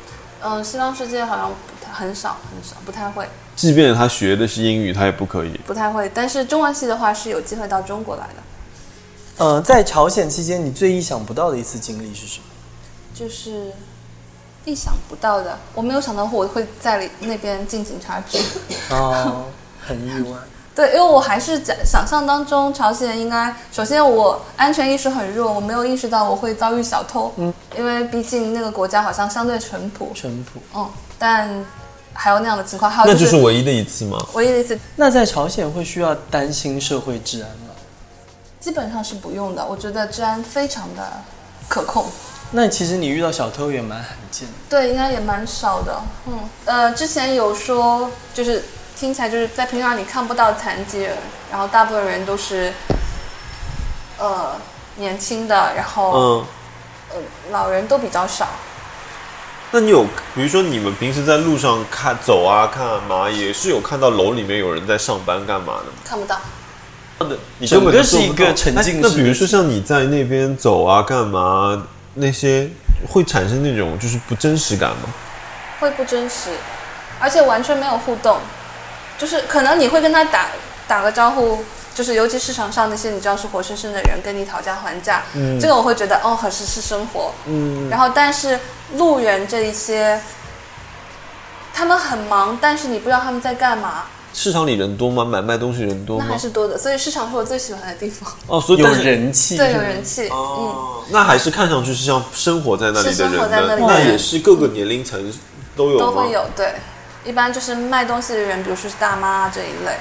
[SPEAKER 5] 嗯、西方世界好像不太很少很少，不太会，
[SPEAKER 4] 即便他学的是英语，他也不
[SPEAKER 2] 啊
[SPEAKER 4] 可以。
[SPEAKER 5] 不太会。但是中文系的话是有机会到中国来的，
[SPEAKER 2] 呃，在朝鲜期间，你最意想不到的一次经历是什么？
[SPEAKER 5] 就是意想不到的。我没有想到我会在那边进警察局。
[SPEAKER 2] 哦， 很意外。
[SPEAKER 5] 对，因为我还是在想象当中，朝鲜应该首先我安全意识很弱，我没有意识到我会遭遇小偷，嗯，因为毕竟那个国家好像相对淳朴，
[SPEAKER 2] 淳朴。
[SPEAKER 5] 嗯，但还有那样的情况，还有
[SPEAKER 4] 那
[SPEAKER 5] 就
[SPEAKER 4] 就是
[SPEAKER 5] 是
[SPEAKER 4] 唯一的一次吗？
[SPEAKER 5] 唯一的一次，
[SPEAKER 2] 那在朝鲜会需要担心社会治安吗？
[SPEAKER 5] 基本上是不用的，我觉得治安非常的可控，
[SPEAKER 2] 那其实你遇到小偷也蛮罕见的。
[SPEAKER 5] 对，应该也蛮少的，嗯，呃，之前有说就是听起来就是在平壤你看不到残疾人，然后大部分人都是，呃，年轻的，然后、
[SPEAKER 4] 嗯，
[SPEAKER 5] 呃老人都比较少。
[SPEAKER 4] 那你有，比如说你们平时在路上看走啊看嘛，也是有看到楼里面有人在上班干嘛的吗？
[SPEAKER 5] 看不到。
[SPEAKER 4] 你根
[SPEAKER 2] 整个
[SPEAKER 4] 本就做
[SPEAKER 2] 是一
[SPEAKER 4] 不到
[SPEAKER 2] 个沉浸式
[SPEAKER 4] 那
[SPEAKER 2] 的
[SPEAKER 4] 那比如说像你在那边走啊干嘛那些。会产生那种就是不真实感吗？
[SPEAKER 5] 会不真实，而且完全没有互动，就是可能你会跟他打打个招呼，就是尤其市场上那些你知道是活生生的人跟你讨价还价，嗯、这个我会觉得哦很是是生活，嗯，然后但是路人这一些，他们很忙，但是你不知道他们在干嘛，
[SPEAKER 4] 市场里人多吗？买卖东西人多
[SPEAKER 5] 那
[SPEAKER 4] 吗
[SPEAKER 5] 还？是多的，所以市场是我最喜欢的地方，
[SPEAKER 4] 哦，所以
[SPEAKER 2] 有
[SPEAKER 4] 但是
[SPEAKER 2] 人气，
[SPEAKER 5] 对，有人气，
[SPEAKER 4] 哦，那还是看上去是像生活在那里
[SPEAKER 5] 是
[SPEAKER 4] 的
[SPEAKER 5] 生
[SPEAKER 4] 人
[SPEAKER 5] 活在那
[SPEAKER 4] 的，
[SPEAKER 5] 里
[SPEAKER 4] 那
[SPEAKER 5] 的人
[SPEAKER 4] 也是各个年龄层都有
[SPEAKER 5] 嗯，都
[SPEAKER 4] 吗
[SPEAKER 5] 会有，对，一般就是卖东西的人，比如说是大妈啊这一类，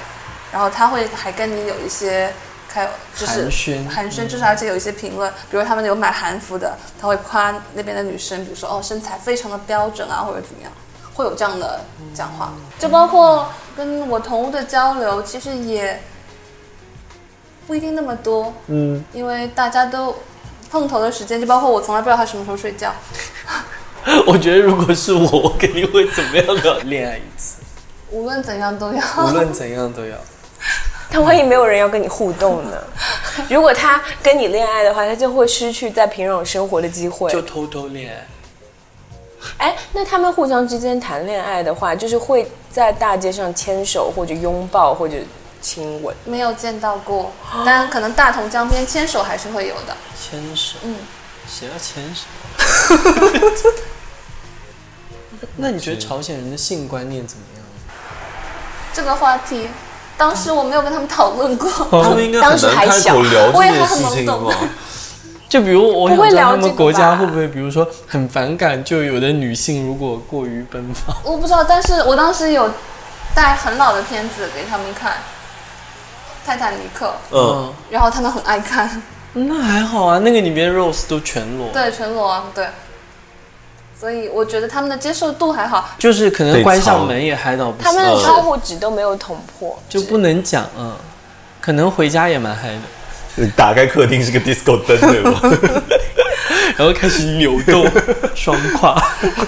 [SPEAKER 5] 然后他会还跟你有一些开就是
[SPEAKER 2] 寒暄嗯
[SPEAKER 5] 寒暄，就是而且有一些评论，比如他们有买韩服的，他会夸那边的女生，比如说哦身材非常的标准啊，或者怎么样，会有这样的讲话。就包括跟我同屋的交流，其实也不一定那么多，嗯，因为大家都碰头的时间，就包括我从来不知道他什么时候睡觉，
[SPEAKER 2] 我觉得如果是我，我肯定会怎么样的恋爱一次，
[SPEAKER 5] 无论怎样都要。
[SPEAKER 2] 无论怎样都 要。
[SPEAKER 6] 但万一没有人要跟你互动 呢？如果他跟你恋爱的话，他就会失去在平壤生活的机会。
[SPEAKER 2] 就偷偷恋爱，
[SPEAKER 6] 哎，那他们互相之间谈恋爱的话，就是会在大街上牵手或者拥抱或者亲吻。
[SPEAKER 5] 没有见到过，但可能大同江边牵手还是会有的。
[SPEAKER 2] 牵手，
[SPEAKER 5] 嗯，
[SPEAKER 2] 谁要牵 手？那你觉得朝鲜人的性观念怎么样？
[SPEAKER 5] 这个话题，当时我没有跟他们讨论过，
[SPEAKER 4] 他们应该
[SPEAKER 6] 当
[SPEAKER 4] 很
[SPEAKER 6] 时
[SPEAKER 4] 难
[SPEAKER 6] 还
[SPEAKER 4] 开
[SPEAKER 6] 小
[SPEAKER 4] 口聊这
[SPEAKER 5] 我也
[SPEAKER 4] 件
[SPEAKER 5] 还很
[SPEAKER 4] 事
[SPEAKER 5] 懵
[SPEAKER 4] 情嗯
[SPEAKER 5] 懂
[SPEAKER 4] 吧？
[SPEAKER 2] 就比如，我
[SPEAKER 6] 不会
[SPEAKER 2] 想知道
[SPEAKER 6] 聊
[SPEAKER 2] 他
[SPEAKER 6] 这
[SPEAKER 2] 们
[SPEAKER 6] 个
[SPEAKER 2] 国家
[SPEAKER 6] 吧
[SPEAKER 2] 会不会，比如说很反感，就有的女性如果过于奔放，
[SPEAKER 5] 我不知道。但是我当时有带很老的片子给他们看，《泰坦尼克
[SPEAKER 4] 嗯，》，
[SPEAKER 5] 然后他们很爱看，
[SPEAKER 2] 那还好啊，那个里面 Rose 都全裸，，
[SPEAKER 5] 对，全裸啊，对。所以我觉得他们的接受度还好，
[SPEAKER 2] 就是可能
[SPEAKER 4] 被
[SPEAKER 2] 关
[SPEAKER 4] 操
[SPEAKER 2] 上门也嗨到不行，
[SPEAKER 6] 他们的
[SPEAKER 4] 嗯
[SPEAKER 6] 窗户纸都没有捅破，
[SPEAKER 2] 就不能讲啊，可能回家也蛮嗨的，
[SPEAKER 4] 打开客厅是个 disco 灯，对 吗？
[SPEAKER 2] 然后开始扭动双胯。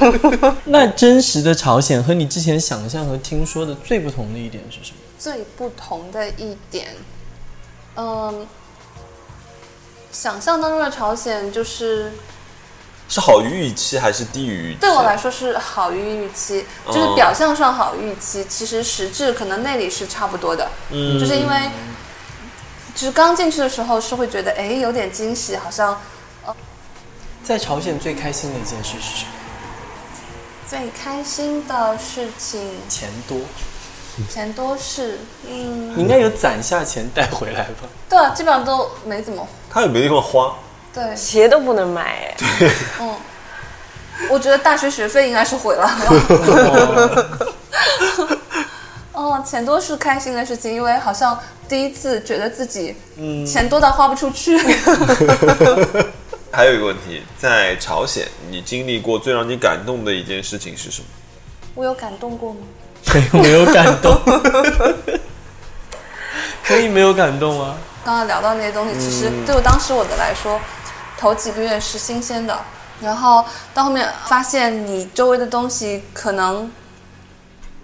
[SPEAKER 2] 那真实的朝鲜和你之前想象和听说的最不同的一点是什么？
[SPEAKER 5] 最不同的一点，嗯，想象当中的朝鲜就是
[SPEAKER 4] 是好于预期还是低于预期？
[SPEAKER 5] 对我来说是好于预期，就是
[SPEAKER 4] 哦
[SPEAKER 5] 表象上好于预期，其实实质可能内里是差不多的，嗯，就是因为就是刚进去的时候是会觉得哎有点惊喜，好像
[SPEAKER 2] 在朝鲜最开心的一件事是什么？
[SPEAKER 5] 最开心的事情
[SPEAKER 2] 钱多，
[SPEAKER 5] 钱多是，嗯，
[SPEAKER 2] 你应该有攒下钱带回来吧？
[SPEAKER 5] 对啊，基本上都没怎么
[SPEAKER 4] 他有没有地方花？
[SPEAKER 5] 对，
[SPEAKER 6] 鞋都不能买。哎
[SPEAKER 5] 嗯，我觉得大学学费应该是毁了。 哦，钱多是开心的事情，因为好像第一次觉得自己钱多到花不出去。
[SPEAKER 4] 还有一个问题，在朝鲜，你经历过最让你感动的一件事情是什么？
[SPEAKER 5] 我有感动过吗？
[SPEAKER 2] 可以没有感动， 可以没有感动吗？
[SPEAKER 4] 嗯
[SPEAKER 5] 刚刚聊到那些东西，其实对我当时我的来说，头几个月是新鲜的，然后到后面发现你周围的东西可能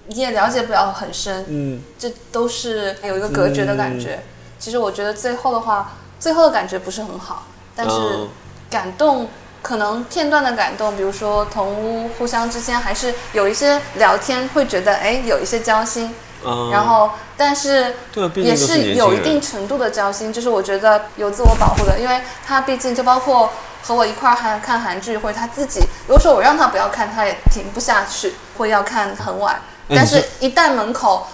[SPEAKER 5] 你也了解不了很深，
[SPEAKER 4] 嗯，
[SPEAKER 5] 这都是有一个隔绝的感觉。其实我觉得最后的话，最后的感觉不是很好，但是
[SPEAKER 4] 嗯
[SPEAKER 5] 感动。可能片段的感动，比如说同屋互相之间还是有一些聊天，会觉得哎有一些交心，
[SPEAKER 4] 嗯
[SPEAKER 5] 然后但是
[SPEAKER 4] 对啊毕竟
[SPEAKER 5] 也
[SPEAKER 4] 都是年轻
[SPEAKER 5] 有一
[SPEAKER 4] 人
[SPEAKER 5] 定程度的交心，就是我觉得有自我保护的，因为他毕竟就包括和我一块儿还看韩剧，或者他自己，如果说我让他不要看，他也停不下去，会要看很晚。
[SPEAKER 4] 哎
[SPEAKER 5] 但
[SPEAKER 4] 你
[SPEAKER 5] 是
[SPEAKER 4] 这，
[SPEAKER 5] 一旦门口，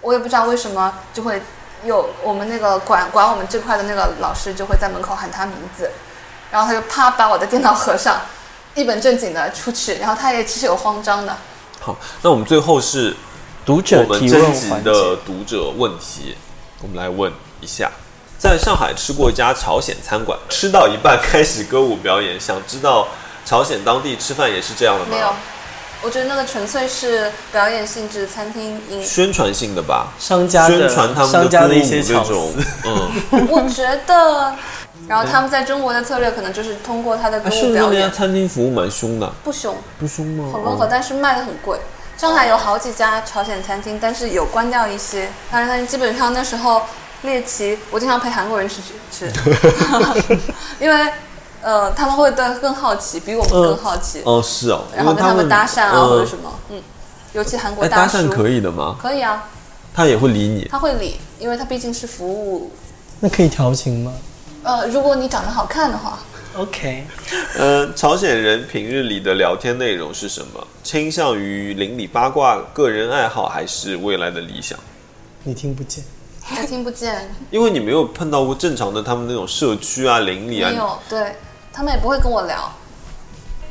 [SPEAKER 5] 我也不知道为什么就会有我们那个管管我们这块的那个老师就会在门口喊他名字，然后他就啪把我的电脑合上，一本正经的出去，然后他也其实有慌张的。
[SPEAKER 4] 好，那我们最后是
[SPEAKER 2] 读
[SPEAKER 4] 我
[SPEAKER 2] 者
[SPEAKER 4] 们
[SPEAKER 2] 提问
[SPEAKER 4] 征集
[SPEAKER 2] 环节，
[SPEAKER 4] 的读者问题，我们来问一下。在上海吃过一家朝鲜餐馆，吃到一半开始歌舞表演，想知道朝鲜当地吃饭也是这样的吗？
[SPEAKER 5] 没有，我觉得那个纯粹是表演性质，餐厅饮。
[SPEAKER 4] 宣传性的吧，
[SPEAKER 2] 商家的
[SPEAKER 4] 宣传他们
[SPEAKER 2] 商家
[SPEAKER 4] 歌
[SPEAKER 2] 的一些
[SPEAKER 4] 舞
[SPEAKER 2] 巧
[SPEAKER 4] 这种
[SPEAKER 2] 思。，
[SPEAKER 4] 嗯，
[SPEAKER 5] 我觉得，然后他们在中国的策略可能啊就是通过他的歌
[SPEAKER 4] 啊是
[SPEAKER 5] 舞
[SPEAKER 4] 不是
[SPEAKER 5] 表
[SPEAKER 4] 那家
[SPEAKER 5] 演，
[SPEAKER 4] 餐厅服务蛮凶的？
[SPEAKER 5] 不凶，
[SPEAKER 4] 嗯不凶吗？
[SPEAKER 5] 很温和，
[SPEAKER 4] 哦
[SPEAKER 5] 但是卖的很贵。上海有好几家朝鲜餐厅，但是有关掉一些。当然，但是基本上那时候猎奇，我经常陪韩国人去 吃，因为呃他们会对更好奇，比我们更好奇，
[SPEAKER 4] 哦，是哦，
[SPEAKER 5] 然后
[SPEAKER 4] 因为
[SPEAKER 5] 跟他们搭讪啊或者
[SPEAKER 4] 嗯
[SPEAKER 5] 什么，嗯，尤其韩国
[SPEAKER 4] 哎，搭
[SPEAKER 5] 叔
[SPEAKER 4] 讪可以的吗？
[SPEAKER 5] 可以啊，
[SPEAKER 4] 他也会理你。
[SPEAKER 5] 他会理，因为他毕竟是服务。
[SPEAKER 2] 那可以调情吗
[SPEAKER 5] 呃，如果你长得好看的话，
[SPEAKER 2] ？OK，
[SPEAKER 4] 呃，朝鲜人平日里的聊天内容是什么？倾向于邻里八卦、个人爱好，还是未来的理想？
[SPEAKER 2] 你听不见。
[SPEAKER 5] 我听不见，
[SPEAKER 4] 因为你没有碰到过正常的他们那种社区啊、邻里
[SPEAKER 5] 没
[SPEAKER 4] 啊，
[SPEAKER 5] 有，对他们也不会跟我聊，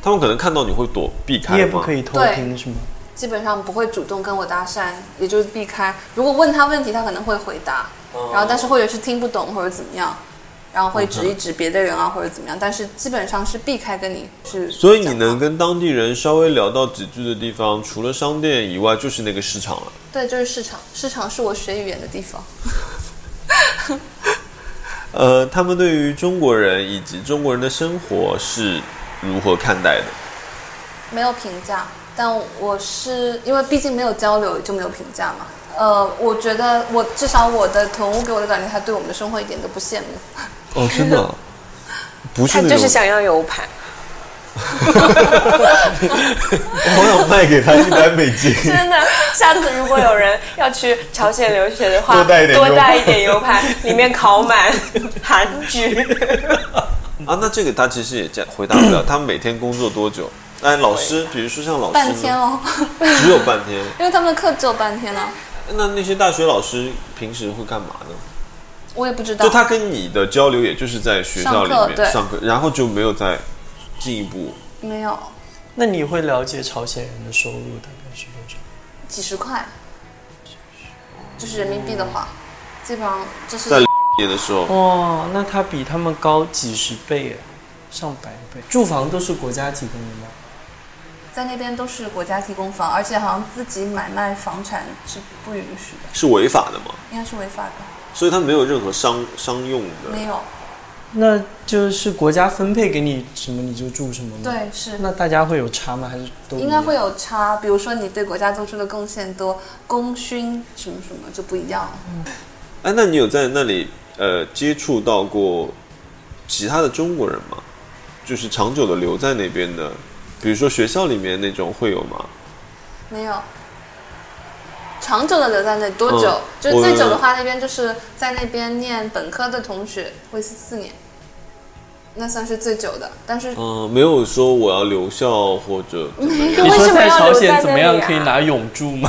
[SPEAKER 4] 他们可能看到你会躲避开
[SPEAKER 2] 你也
[SPEAKER 4] 吗？
[SPEAKER 2] 不可以偷
[SPEAKER 5] 对
[SPEAKER 2] 听是吗？
[SPEAKER 5] 基本上不会主动跟我搭讪，也就是避开。如果问他问题，他可能会回答，
[SPEAKER 4] 哦
[SPEAKER 5] 然后但是或者是听不懂或者怎么样，然后会指一指别的人啊或者怎么样，但是基本上是避开跟你是。
[SPEAKER 4] 所以你能跟当地人稍微聊到几句的地方，除了商店以外，就是那个市场啊了。
[SPEAKER 5] 对，就是市场，市场是我学语言的地方。
[SPEAKER 4] 呃，他们对于中国人以及中国人的生活是如何看待的？
[SPEAKER 5] 没有评价，但我是因为毕竟没有交流就没有评价嘛。呃，我觉得我至少我的同屋给我的感觉，他对我们的生活一点都不羡慕。
[SPEAKER 4] 哦，真的 啊，不是
[SPEAKER 6] 他
[SPEAKER 4] 那
[SPEAKER 6] 就
[SPEAKER 4] 种，
[SPEAKER 6] 是想要 U 盘，
[SPEAKER 4] 我好想卖给他一百美金。
[SPEAKER 6] 真的。下次如果有人要去朝鲜留学的话，
[SPEAKER 4] 多带一点 U 盘
[SPEAKER 6] 多带一点 U 盘， 里面烤满韩剧。
[SPEAKER 4] 啊，那这个他其实也这样回答不了。他们每天工作多久？哎，老师，比如说像老师，
[SPEAKER 5] 半天，哦，
[SPEAKER 4] 只有半天。
[SPEAKER 5] 因为他们的课只有半天啊，
[SPEAKER 4] 那那些大学老师平时会干嘛呢？
[SPEAKER 5] 我也不知道。
[SPEAKER 4] 就他跟你的交流，也就是在学校里
[SPEAKER 5] 上
[SPEAKER 4] 面
[SPEAKER 5] 课对
[SPEAKER 4] 上课，然后就没有再进一步。
[SPEAKER 5] 没有
[SPEAKER 2] 那你会了解朝鲜人的收入大概是多少？
[SPEAKER 5] 几十块，就是人民币的话，基本上这是
[SPEAKER 4] 在毕业的时候，
[SPEAKER 2] 哦，那它比他们高几十倍，上百倍。住房都是国家提供的吗？
[SPEAKER 5] 在那边都是国家提供房，而且好像自己买卖房产是不允许的，
[SPEAKER 4] 是违法的嘛，
[SPEAKER 5] 应该是违法的。
[SPEAKER 4] 所以他没有任何商商用
[SPEAKER 5] 没
[SPEAKER 4] 的。
[SPEAKER 5] 有，
[SPEAKER 2] 那就是国家分配给你什么你就住什么吗？。
[SPEAKER 5] 对，是
[SPEAKER 2] 那大家会有差吗？还是都
[SPEAKER 5] 应该会
[SPEAKER 2] 有？
[SPEAKER 5] 有差，比如说你对国家做出的贡献多，功勋什么什么就不一样了。
[SPEAKER 4] 哎，那你有在那里呃接触到过其他的中国人吗？就是长久的留在那边的，比如说学校里面那种会有吗？
[SPEAKER 5] 没有，长久的留在那里多久？
[SPEAKER 4] 嗯
[SPEAKER 5] 就是最久的
[SPEAKER 4] 我
[SPEAKER 5] 话，那边就是在那边念本科的同学会是四年，那算是最久的。但是
[SPEAKER 4] 嗯、没有说我要留校或者怎么样。
[SPEAKER 6] 你
[SPEAKER 2] 你
[SPEAKER 6] 为
[SPEAKER 2] 说
[SPEAKER 6] 什么
[SPEAKER 2] 在
[SPEAKER 6] 要
[SPEAKER 2] 朝
[SPEAKER 6] 留在
[SPEAKER 2] 鲜怎
[SPEAKER 6] 那
[SPEAKER 2] 么
[SPEAKER 6] 里
[SPEAKER 2] 样
[SPEAKER 6] 啊
[SPEAKER 2] 可以拿永住吗？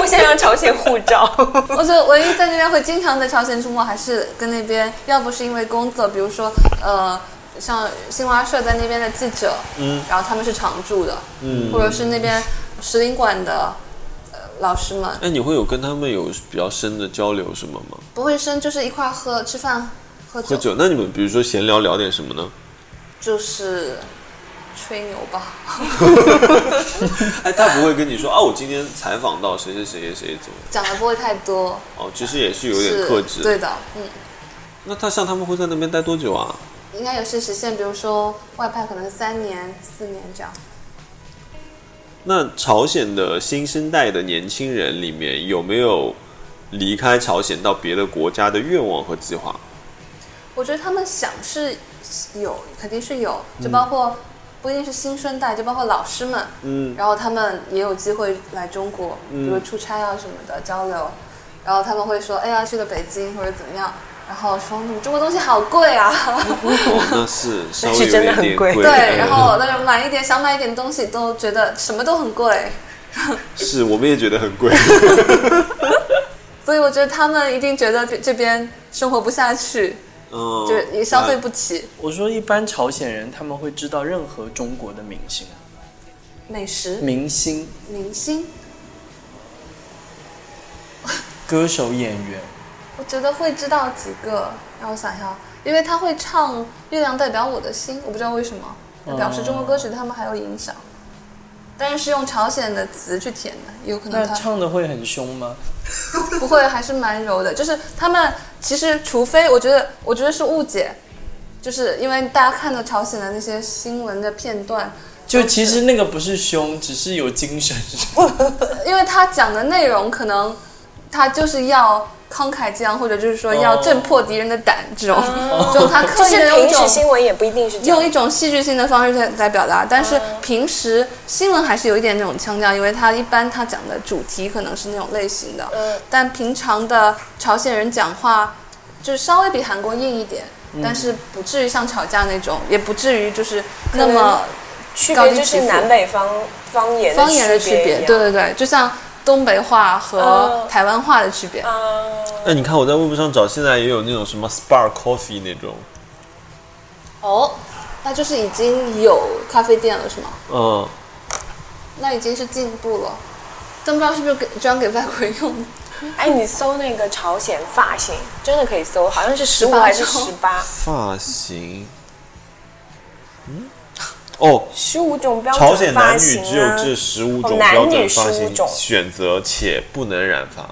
[SPEAKER 6] 我想要朝鲜护 照。
[SPEAKER 5] 我觉得唯一在那边会经常在朝鲜出没，还是跟那边要不是因为工作，比如说呃，像新华社在那边的记者，嗯，然后他们是常驻的，嗯，或者是那边使领馆的呃老师们，
[SPEAKER 4] 哎，你会有跟他们有比较深的交流什么吗？
[SPEAKER 5] 不会生就是一块儿喝吃饭喝酒，
[SPEAKER 4] 喝酒？那你们比如说闲聊聊点什么呢？
[SPEAKER 5] 就是吹牛吧，
[SPEAKER 4] 哎，他不会跟你说啊，我今天采访到谁谁谁谁谁怎么样？
[SPEAKER 5] 讲的不会太多，
[SPEAKER 4] 哦，其实也是有点
[SPEAKER 5] 是
[SPEAKER 4] 克制。
[SPEAKER 5] 对的，嗯，
[SPEAKER 4] 那他像他们会在那边待多久啊？
[SPEAKER 5] 应该也是实现，比如说外派可能三年、四年这样。
[SPEAKER 4] 那朝鲜的新生代的年轻人里面有没有离开朝鲜到别的国家的愿望和计划？
[SPEAKER 5] 我觉得他们想是有，肯定是有，就包括不一定是新生代，就包括老师们，
[SPEAKER 4] 嗯
[SPEAKER 5] 然后他们也有机会来中国，比如出差啊什么的交流，然后他们会说，哎呀，去了北京或者怎么样，然后说你们中国东西好贵啊，
[SPEAKER 4] 哦，那是稍微有
[SPEAKER 6] 是
[SPEAKER 4] 一
[SPEAKER 6] 真的很
[SPEAKER 4] 点
[SPEAKER 6] 贵
[SPEAKER 4] 贵嗯
[SPEAKER 5] 对，然后那种买一点想买一点东西都觉得什么都很贵，
[SPEAKER 4] 是我们也觉得很贵。
[SPEAKER 5] 所以我觉得他们一定觉得这这边生活不下去，
[SPEAKER 4] 嗯，
[SPEAKER 5] 就是也消费不起，
[SPEAKER 2] 我说一般朝鲜人他们会知道任何中国的明星，
[SPEAKER 5] 美食、
[SPEAKER 2] 明星、
[SPEAKER 5] 明星，
[SPEAKER 2] 歌手、演员。
[SPEAKER 6] 嗯
[SPEAKER 5] 我觉得会知道几个，让我想一下，因为他会唱《月亮代表我的心》，我不知道为什么，表示中国歌曲对他们还有影响，但是是用朝鲜的词去填的，有可能
[SPEAKER 2] 那
[SPEAKER 5] 他
[SPEAKER 2] 唱的会很凶吗？
[SPEAKER 5] 不会，还是蛮柔的。就是他们其实，除非我觉得，我觉得是误解，就是因为大家看到朝鲜的那些新闻的片段，
[SPEAKER 2] 就其实那个不是凶，只是有精神。
[SPEAKER 5] 因为他讲的内容可能他就是要慷慨激昂，或者就是说要
[SPEAKER 2] 哦
[SPEAKER 5] 震破敌人的胆这种，
[SPEAKER 6] 哦
[SPEAKER 5] 这种他
[SPEAKER 6] 就
[SPEAKER 5] 刻意
[SPEAKER 6] 是
[SPEAKER 5] 的用一
[SPEAKER 6] 平时
[SPEAKER 5] 种
[SPEAKER 6] 新闻也不一定是这样
[SPEAKER 5] 用。一种戏剧性的方式在在表达，但
[SPEAKER 6] 哦
[SPEAKER 5] 是平时新闻还是有一点那种腔调，因为他一般他讲的主题可能是那种类型的，
[SPEAKER 6] 嗯
[SPEAKER 5] 但平常的朝鲜人讲话就是稍微比韩国硬一点，
[SPEAKER 6] 嗯
[SPEAKER 5] 但是不至于像吵架那种，也不至于就是那么
[SPEAKER 6] 区
[SPEAKER 5] 高
[SPEAKER 6] 别
[SPEAKER 5] 低
[SPEAKER 6] 就是
[SPEAKER 5] 起伏
[SPEAKER 6] 南北方方言
[SPEAKER 5] 方言的区
[SPEAKER 6] 呃别
[SPEAKER 5] 别，
[SPEAKER 6] 一样
[SPEAKER 5] 对对对，就像东北话和
[SPEAKER 6] 哦
[SPEAKER 5] 台湾话的区别，
[SPEAKER 6] 啊，
[SPEAKER 4] 那哎你看我在微博上找，现在也有那种什么 Spark Coffee 那种，
[SPEAKER 5] 哦，那就是已经有咖啡店了是吗？
[SPEAKER 4] 嗯，
[SPEAKER 5] 那已经是进步了，但不知道是不是给专给外国人用的。
[SPEAKER 6] 哎，你搜那个朝鲜发型，真的可以搜，好像是十五
[SPEAKER 5] 18
[SPEAKER 6] 还是
[SPEAKER 5] 种
[SPEAKER 6] 十八，
[SPEAKER 4] 发型，嗯，哦，
[SPEAKER 6] 十五种标
[SPEAKER 4] 朝鲜
[SPEAKER 6] 准
[SPEAKER 4] 男
[SPEAKER 6] 发
[SPEAKER 4] 女
[SPEAKER 6] 型
[SPEAKER 4] 只有
[SPEAKER 6] 啊。
[SPEAKER 4] 这十五
[SPEAKER 6] 哦
[SPEAKER 4] 种
[SPEAKER 6] 男
[SPEAKER 4] 标准
[SPEAKER 6] 女
[SPEAKER 4] 发
[SPEAKER 6] 15
[SPEAKER 4] 型
[SPEAKER 6] 种
[SPEAKER 4] 选择，且不能染发。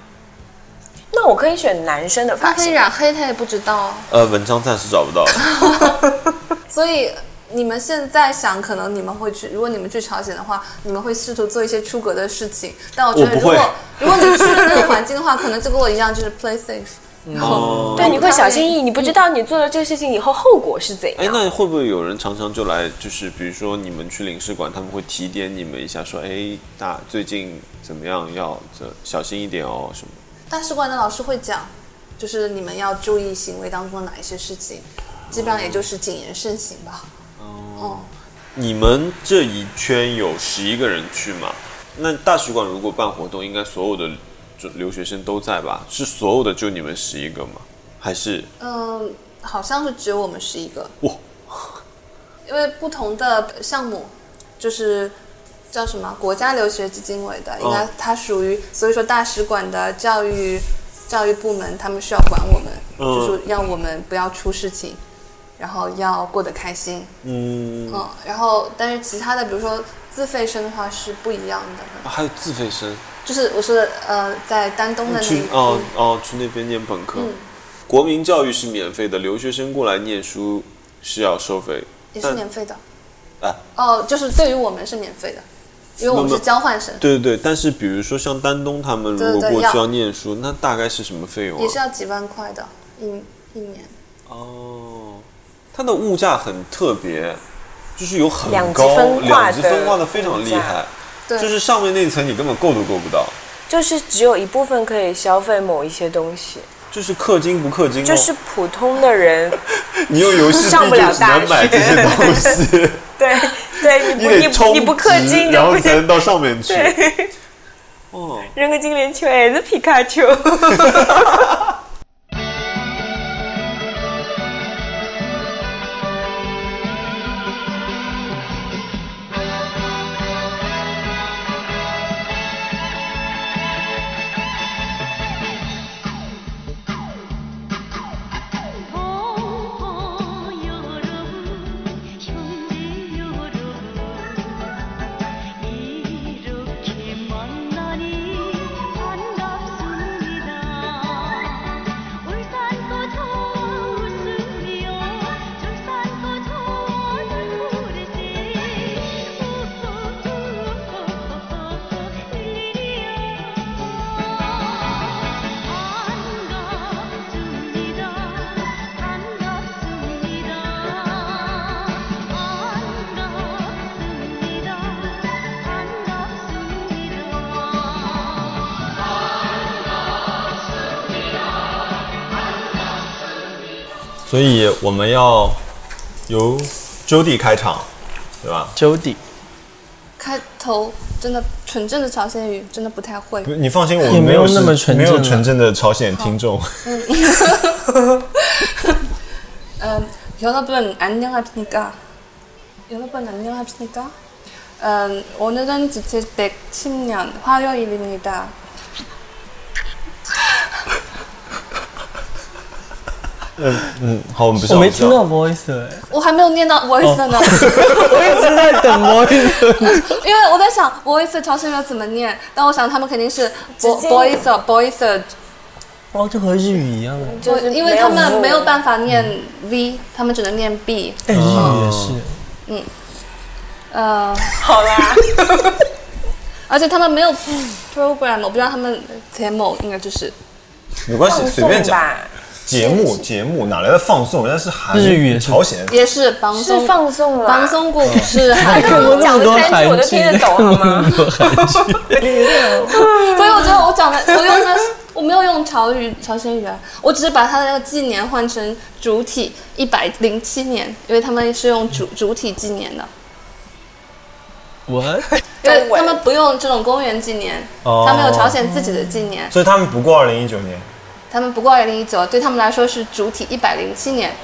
[SPEAKER 6] 那我可以选男生的
[SPEAKER 5] 他
[SPEAKER 6] 发
[SPEAKER 5] 可以
[SPEAKER 6] 型，
[SPEAKER 5] 染黑，他也不知道。
[SPEAKER 4] 呃，文章暂时找不 到了。
[SPEAKER 5] 所以你们现在想，可能你们会去，如果你们去朝鲜的话，你们会试图做一些出格的事情。但我觉得，
[SPEAKER 4] 我
[SPEAKER 5] 如
[SPEAKER 4] 不会
[SPEAKER 5] 果如果你去了那个环境的话，可能就跟我一样，就是 play safe。
[SPEAKER 4] 哦，
[SPEAKER 6] 对，你会小心翼翼，你不知道你做了这个事情以后后果是怎
[SPEAKER 4] 哎，
[SPEAKER 6] 样。
[SPEAKER 4] 那会不会有人常常就来，就是比如说你们去领事馆，他们会提点你们一下，说，哎，大最近怎么样，要这小心一点哦，什么？
[SPEAKER 5] 大使馆的老师会讲，就是你们要注意行为当中哪一些事情，基本上也就是谨言慎行吧。
[SPEAKER 4] 你们这一圈有十一个人去吗？那大使馆如果办活动，应该所有的就留学生都在吧？是所有的就你们十一个吗？还是
[SPEAKER 5] 嗯，好像是只有我们十一个，
[SPEAKER 4] 哇？
[SPEAKER 5] 因为不同的项目就是叫什么国家留学基金委
[SPEAKER 4] 嗯
[SPEAKER 5] 的，应该它属于，所以说大使馆的教育教育部门他们需要管我们，
[SPEAKER 4] 嗯
[SPEAKER 5] 就是要我们不要出事情，然后要过得开心，
[SPEAKER 4] 嗯，
[SPEAKER 5] 嗯，然后但是其他的，比如说自费生的话是不一样的，
[SPEAKER 4] 啊还有自费生
[SPEAKER 5] 就是我说的呃，在丹东的那
[SPEAKER 4] 去
[SPEAKER 5] 一
[SPEAKER 4] 哦哦去那边念本
[SPEAKER 5] 嗯
[SPEAKER 4] 科，国民教育是免费的，留学生过来念书是要收费，
[SPEAKER 5] 也是
[SPEAKER 4] 但
[SPEAKER 5] 免费的，
[SPEAKER 4] 啊
[SPEAKER 5] 哦，就是对于我们是免费的，因为我们是
[SPEAKER 4] 那么哦
[SPEAKER 5] 交换生。
[SPEAKER 4] 对对对，但是比如说像丹东他们如
[SPEAKER 5] 对
[SPEAKER 4] 果
[SPEAKER 5] 对
[SPEAKER 4] 过去
[SPEAKER 5] 要
[SPEAKER 4] 要念书，那大概是什么费用
[SPEAKER 5] 也是
[SPEAKER 4] 啊？
[SPEAKER 5] 要几万块的，一一年。
[SPEAKER 4] 哦，它的物价很特别，就是有很
[SPEAKER 6] 两极
[SPEAKER 4] 高
[SPEAKER 6] 分化
[SPEAKER 4] 两极
[SPEAKER 6] 的
[SPEAKER 4] 分化的非常厉
[SPEAKER 6] 物价
[SPEAKER 4] 害，
[SPEAKER 5] 对，
[SPEAKER 4] 就是上面那层你根本够都够不到，
[SPEAKER 6] 就是只有一部分可以消费某一些东西，
[SPEAKER 4] 就是氪金不氪金哦，
[SPEAKER 6] 就是普通 的人，
[SPEAKER 4] 你用 游戏币
[SPEAKER 6] 上不
[SPEAKER 4] 就
[SPEAKER 6] 了
[SPEAKER 4] 只
[SPEAKER 6] 大
[SPEAKER 4] 能买这些东西，
[SPEAKER 6] 对对，你不
[SPEAKER 4] 得充
[SPEAKER 6] 不你不氪
[SPEAKER 4] 值
[SPEAKER 6] 金
[SPEAKER 4] 然
[SPEAKER 6] 就
[SPEAKER 4] 后
[SPEAKER 6] 不
[SPEAKER 4] 才
[SPEAKER 6] 行
[SPEAKER 4] 能，到上面去。哦，
[SPEAKER 6] 扔个金莲球哎也是皮卡丘。
[SPEAKER 7] 동포 여러분 형제 여러분 이렇게 만나니 반갑습니다
[SPEAKER 4] 所以我们要由 Jody 开场，对吧？
[SPEAKER 2] Jody，
[SPEAKER 5] 开头真的纯正的朝鲜语真的不太会
[SPEAKER 4] 不，你放心，我
[SPEAKER 2] 也
[SPEAKER 4] 们
[SPEAKER 2] 没有
[SPEAKER 4] 是
[SPEAKER 2] 那么纯
[SPEAKER 4] 没有
[SPEAKER 2] 正啊
[SPEAKER 4] 纯正的朝鲜听众。
[SPEAKER 5] 嗯，여러분안녕하십니까여러분안녕하십니까啊嗯，오늘은지칠110년화요일입니다
[SPEAKER 4] 嗯，好，我们不
[SPEAKER 2] 我
[SPEAKER 4] 笑，
[SPEAKER 2] 没
[SPEAKER 4] 不笑
[SPEAKER 2] 听到 voice，哎
[SPEAKER 5] 我还没有念
[SPEAKER 4] 哦
[SPEAKER 5] 到 voice 呢，
[SPEAKER 2] 我一直在等 voice。
[SPEAKER 5] 因为我在想 voice 朝鲜语怎么念，但我想他们肯定是 bo-
[SPEAKER 6] 接
[SPEAKER 5] voice voice，
[SPEAKER 2] 哇，哦这和日语一样哎，
[SPEAKER 6] 就是
[SPEAKER 5] 因为他
[SPEAKER 6] 没有
[SPEAKER 5] 们
[SPEAKER 6] 嗯母
[SPEAKER 5] 没有办法念 v，他们只能念 b。
[SPEAKER 2] 哎，日语也是。
[SPEAKER 5] 呃，
[SPEAKER 6] 好啦，
[SPEAKER 5] 而且他们没有 program，我不知道他们节目应该就是
[SPEAKER 4] 没关系，
[SPEAKER 6] 放
[SPEAKER 4] 随便
[SPEAKER 6] 送
[SPEAKER 4] 讲。
[SPEAKER 6] 吧，
[SPEAKER 4] 节目节目哪来的放送？人家是韩
[SPEAKER 2] 日语也是
[SPEAKER 4] 朝鲜。
[SPEAKER 5] 也是放
[SPEAKER 6] 是
[SPEAKER 5] 松
[SPEAKER 6] 放送啦。
[SPEAKER 5] 放松故 事，还有
[SPEAKER 6] 刚刚哎讲的三句我都听得 懂好吗？
[SPEAKER 5] 所以我觉得我讲的我用的是我没有用朝语朝鲜语啊，我只是把它的那个纪年换成主体一百零七年，因为他们是用主主体纪年的，
[SPEAKER 2] What？
[SPEAKER 5] 因为
[SPEAKER 6] 中文
[SPEAKER 5] 他们不用这种公元纪年，
[SPEAKER 4] 哦
[SPEAKER 5] 他们有朝鲜自己的纪年，
[SPEAKER 6] 嗯
[SPEAKER 4] 所以他们不过二零一九年，
[SPEAKER 5] 他们不过二零一九，对他们来说是主体一百零七年。